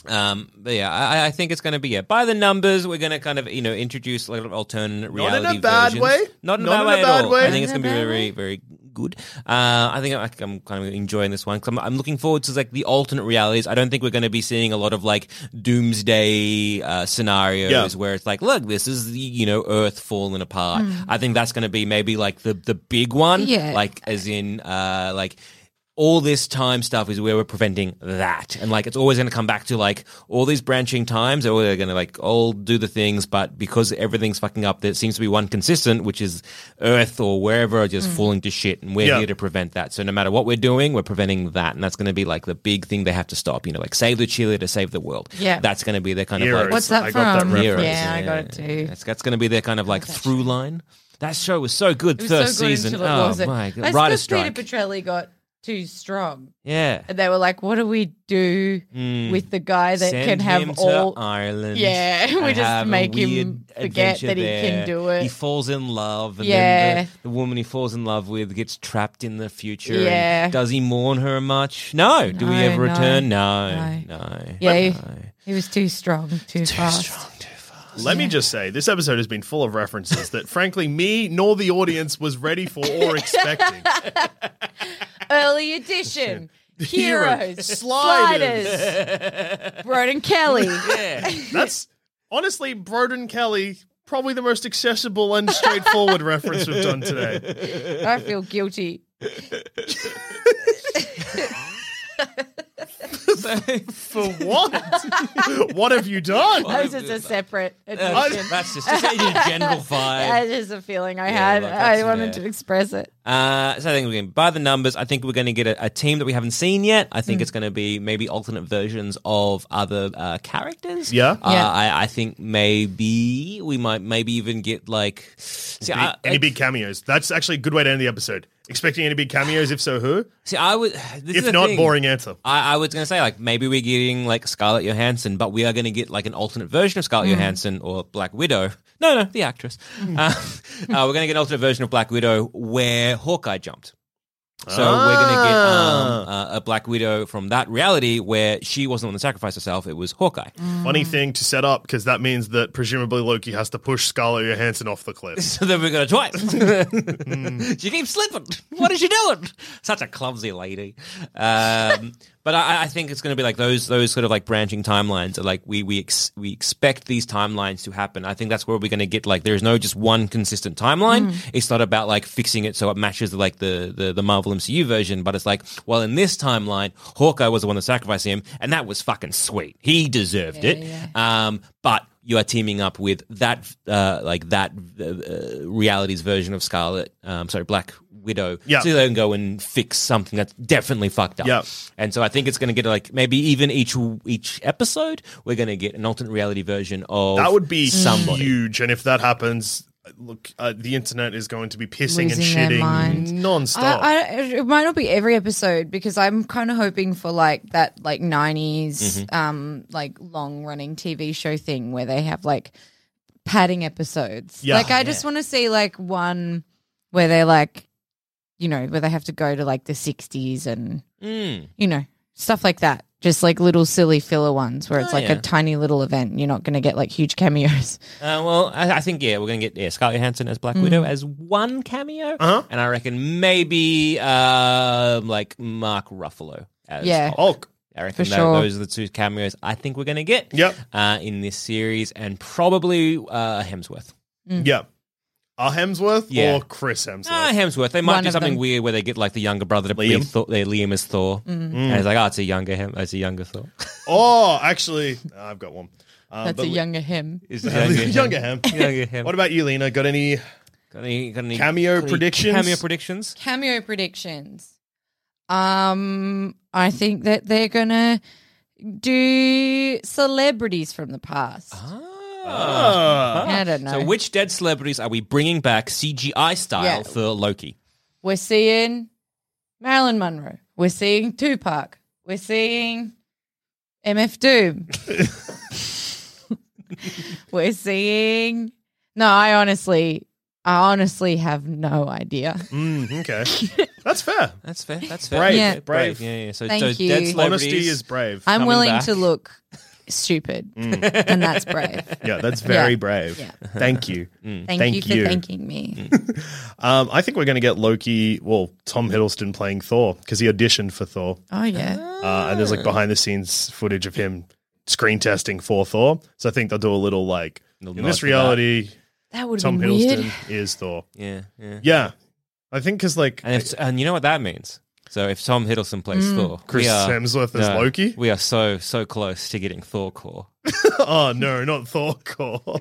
B: Um, but yeah, I, I think it's going to be it. By the numbers, we're going to kind of you know introduce like alternate
C: Not in
B: reality.
C: a bad
B: versions.
C: way.
B: Not in a bad
C: Not in a
B: way at
C: bad
B: all.
C: way.
B: I think it's
D: Not in
B: going to be
D: a
B: very, very good. Uh, I think I, I'm kind of enjoying this one 'cause I'm, I'm looking forward to like the alternate realities. I don't think we're going to be seeing a lot of like doomsday uh, scenarios
C: Yeah.
B: where it's like, look, this is the you know Earth falling apart. I think that's going to be maybe like the the big one.
D: Mm. Yeah.
B: like as in uh, like all this time stuff is where we're preventing that. And like it's always going to come back to like all these branching times, or they're going to like all do the things, but because everything's fucking up, there seems to be one consistent, which is Earth or wherever just falling to shit. And we're
C: Mm. Yeah.
B: here to prevent that. So no matter what we're doing, we're preventing that. And that's going to be like the big thing they have to stop, you know, like save the cheerleader, save the world.
D: Yeah.
B: That's going to be their kind
C: Heroes.
B: of like
D: What's that
C: I
D: from?
C: got that reference.
B: heroes.
D: Yeah, I got it too.
B: That's, that's going to be their kind of like through line. That show was so good. First season.
D: until it
B: oh
D: wasn't.
B: my god.
D: That's
B: Writer's
D: because
B: strike.
D: Peter Petrelli got too strong.
B: yeah.
D: And they were like, what do we do with the guy that
B: Hmm. Send
D: can
B: him
D: have
B: to
D: all.
B: Ireland.
D: Yeah, <laughs> we
B: and
D: just
B: have a
D: make him
B: weird
D: forget
B: adventure
D: that he can
B: there.
D: do it.
B: He falls in love, and
D: Yeah.
B: then the, the woman he falls in love with gets trapped in the future. and
D: Yeah.
B: does he mourn her much? No. do we
D: No,
B: ever
D: no,
B: return? No,
D: no.
B: no.
D: Yeah, he,
B: no.
D: he was too strong, too,
B: Too
D: fast.
B: strong, too <laughs> fast.
C: Let me just say, this episode has been full of references that, frankly, me nor the audience was ready for
D: <laughs>
C: or expecting.
B: <laughs>
D: Early edition.
C: Heroes.
D: Heroes, sliders,
B: <laughs>
D: Broden Kelly.
C: That's honestly Broden Kelly, probably the most accessible and straightforward reference we've done today.
D: I feel guilty. <laughs>
C: For what? what <laughs> have you done?
D: That was just a separate edition.
B: that's, <laughs> that's just, just a general vibe.
D: <laughs> That is a feeling I
B: Yeah,
D: had.
B: like,
D: I
B: that's-
D: wanted
B: yeah.
D: to express it.
B: Uh, so I think we're going to by the numbers. I think we're going to get a, a team that we haven't seen yet. I
C: Hmm.
B: think it's going to be maybe alternate versions of other uh, characters.
C: Yeah.
B: Uh,
D: Yeah.
B: I, I think maybe we might maybe even get like see,
C: Any,
B: I,
C: any big cameos? That's actually a good way to end the episode. Expecting any big cameos? If so, who?
B: see I would <sighs> this is
C: If
B: the
C: not,
B: thing.
C: boring answer.
B: I, I was going to say like maybe we're getting like Scarlett Johansson, but we are going to get like an alternate version of Scarlett Johansson or Black Widow. No, no, the actress. Uh, <laughs> uh, we're going to get an alternate version of Black Widow where Hawkeye jumped. So we're going to get um, uh, a Black Widow from that reality where she wasn't the one that sacrificed herself; it was Hawkeye.
C: Funny thing to set up because that means that presumably Loki has to push Scarlett Johansson off the cliff.
B: <laughs> So then we got her twice. she keeps slipping. What is she doing? Such a clumsy lady. Um, but I, I think it's going to be like those those sort of like branching timelines. Are like we we ex- we expect these timelines to happen. I think that's where we're going to get like there is no just one consistent timeline. It's not about like fixing it so it matches like the, the the Marvel MCU version. But it's like well in this timeline, Hawkeye was the one that sacrificed him, and that was fucking sweet. He deserved it. Um, but you are teaming up with that uh, like that uh, uh, reality's version of Scarlet, um, sorry, Black Widow.
C: Yeah.
B: So they can go and fix something that's definitely fucked up.
C: Yeah.
B: And so I think it's going to get like maybe even each each episode we're going to get an alternate reality version of
C: That would be
B: somebody.
C: huge. And if that happens, look, uh, the internet is going to be pissing
D: Losing their
C: and
D: mind.
C: shitting nonstop.
D: I, I, it might not be every episode because I'm kind of hoping for like that like 90s
C: Mm-hmm.
D: um like long running TV show thing where they have like padding episodes.
C: Yeah.
D: like I just want to see like one where they like you know where they have to go to like the 60s and
B: Mm.
D: you know stuff like that. Just like little silly filler ones where it's
B: Oh,
D: like
B: yeah.
D: a tiny little event. You're not going to get like huge cameos.
B: Uh, well, I, I think yeah, we're gonna get yeah, Scarlett Johansson as
C: Mm.
B: Black Widow as one cameo,
C: Uh-huh.
B: and I reckon maybe uh, like Mark Ruffalo as
D: Yeah.
B: Hulk.
C: Hulk.
B: I reckon
D: For
B: tho-
D: sure.
B: those are the two cameos I think we're gonna get.
C: Yep.
B: Uh, in this series, and probably uh, Hemsworth.
D: Mm.
C: Yeah. Are Hemsworth
B: Yeah.
C: or Chris Hemsworth?
B: Ah, Hemsworth. They might
D: One
B: do
D: of
B: something
D: them.
B: weird where they get like the younger brother to be
C: Liam. Mm.
B: Thor, uh, Liam as Thor,
D: Mm-hmm.
B: and it's like, oh, it's a younger Hem, it's a younger
C: <laughs>
B: Thor.
C: oh, actually, I've got one. Um,
D: <laughs> That's
C: but
D: a
C: <laughs> we-
D: younger him.
B: It's a
C: younger
B: Hem. <laughs>
C: Hem.
B: Younger Hem.
C: <laughs> What about you, Lena? Got any?
B: Got any, got any
C: Cameo
B: got any
C: predictions?
B: Cameo predictions.
D: cameo predictions. Um, I think that they're gonna do celebrities from the past.
B: Uh-huh.
C: Uh,
D: Ah. I don't know.
B: Ah. So, which dead celebrities are we bringing back CGI style
D: Yeah.
B: for Loki?
D: We're seeing Marilyn Monroe. We're seeing Tupac. We're seeing MF Doom. We're seeing. No, I honestly, I honestly have no idea.
C: mm,
D: <laughs>
C: okay, that's fair.
B: That's fair. That's fair.
C: Brave,
D: Yeah.
C: brave.
B: Yeah, yeah. So,
D: Thank
B: so
D: you.
B: dead celebrities.
C: Honesty is brave.
D: I'm
B: Coming
D: willing
B: back.
D: to look stupid, and that's brave.
C: yeah, that's very
D: Yeah.
C: brave.
D: Yeah.
C: Thank
D: <laughs>
C: you. Mm,
D: Thank,
C: Thank
D: you for
C: you.
D: thanking me.
C: Um, I think we're going to get Loki. Well, Tom Hiddleston playing Thor because he auditioned for Thor,
D: Oh yeah.
B: Ah.
C: uh, and there's like
D: Ah.
C: behind the scenes footage of him screen testing for Thor. So I think they'll do a little like
B: Little
C: in
B: nod
C: this
B: to
C: reality,
D: That would have
C: Tom
D: been weird.
C: Hiddleston is Thor.
B: yeah, yeah.
C: Yeah, I think because like
B: And if, and you know what that means. So if Tom Hiddleston plays Thor,
C: Chris
B: we are,
C: Hemsworth as
B: no,
C: Loki.
B: we are so so close to getting Thor core.
C: <laughs> oh no, not Thorcore.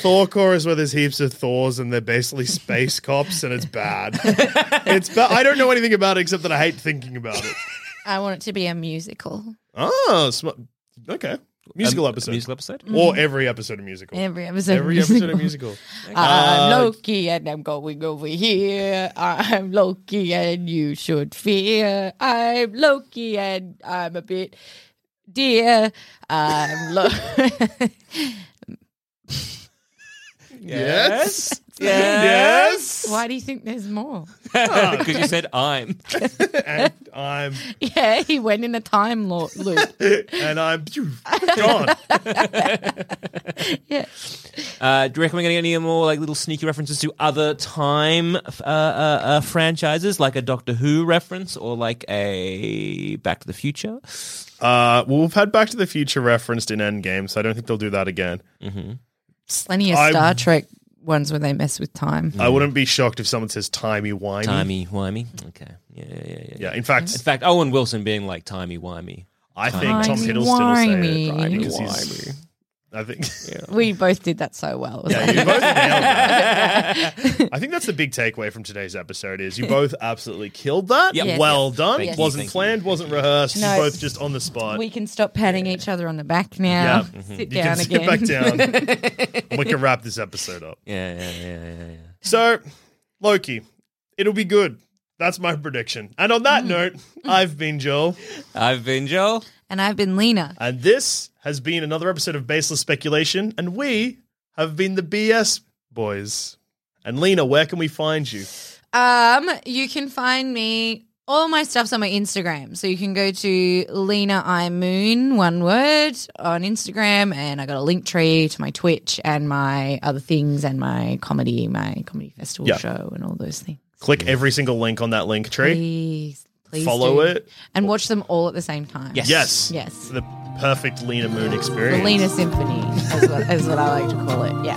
C: Thorcore is where there's heaps of Thors and they're basically space cops and it's <laughs> bad. it's ba- I don't know anything about it except that I hate thinking about it.
D: <laughs> I want it to be a musical.
C: Oh, sm- okay. Musical
B: Um,
C: episode.
B: Musical episode.
C: Or every episode of musical.
D: Every episode.
C: Every episode of musical.
D: I'm
C: Uh,
D: Loki and I'm going over here. I'm Loki and you should fear. I'm Loki and I'm a bit dear. I'm Lo-
C: Yes.
B: Yes.
D: <laughs> Why do you think there's more?
B: <laughs> Because you said I'm.
C: and I'm
D: Yeah, he went in a time lo- <laughs> loop.
C: and I'm gone.
D: Yeah.
B: Uh, do you reckon we're going to get any more like little sneaky references to other time uh, uh, uh, franchises, like a Doctor Who reference or like a Back to the Future?
C: Uh, well, we've had Back to the Future referenced in Endgame, so I don't think they'll do that again.
D: Plenty of
C: I- Uh,
D: Star Trek ones where they mess with time.
C: I wouldn't be shocked if someone says timey wimey.
B: Mm. Timey wimey. Okay. Yeah, yeah, yeah, yeah.
C: Yeah, in fact,
B: In fact, Owen Wilson being like timey wimey.
C: I think
D: Timey
C: Tom Hiddleston will say it.
D: wimey. Timey
C: because he's- I think. <laughs>
D: We both did that so well. It <laughs> was
C: Yeah,
D: like-
C: you both nailed
D: <laughs>
C: that. I think that's the big takeaway from today's episode is you both absolutely killed that.
B: Yep.
D: Yes.
C: Well done.
B: Thank you,
C: wasn't
B: thank you.
C: planned, wasn't rehearsed.
D: No.
C: You both just on the spot.
D: we can stop patting each other on the back now.
C: Yeah. Mm-hmm.
D: Sit
C: you
D: down
C: can
D: again.
C: sit back down. we can wrap this episode up.
B: Yeah, yeah, yeah, yeah, yeah.
C: So, Loki, it'll be good. That's my prediction. And on
D: Mm.
C: that note, I've been Joel.
B: I've been Joel.
D: <laughs> And I've been Lena.
C: And this has been another episode of Baseless Speculation, and we have been the BS boys. And Lena, where can we find you?
D: Um, you can find me. All my stuff's on my Instagram, so you can go to Lena I Moon, one word, on Instagram, and I got a link tree to my Twitch and my other things and my comedy, my comedy festival
C: Yeah.
D: show, and all those things.
C: Click every single link on that link tree.
D: Please, please
C: Follow
D: do.
C: it.
D: and watch them all at the same time.
B: Yes.
C: Yes.
D: Yes.
C: The perfect Lena Moon
D: the
C: experience.
D: Lena Symphony is what, is what I like to call it. Yeah.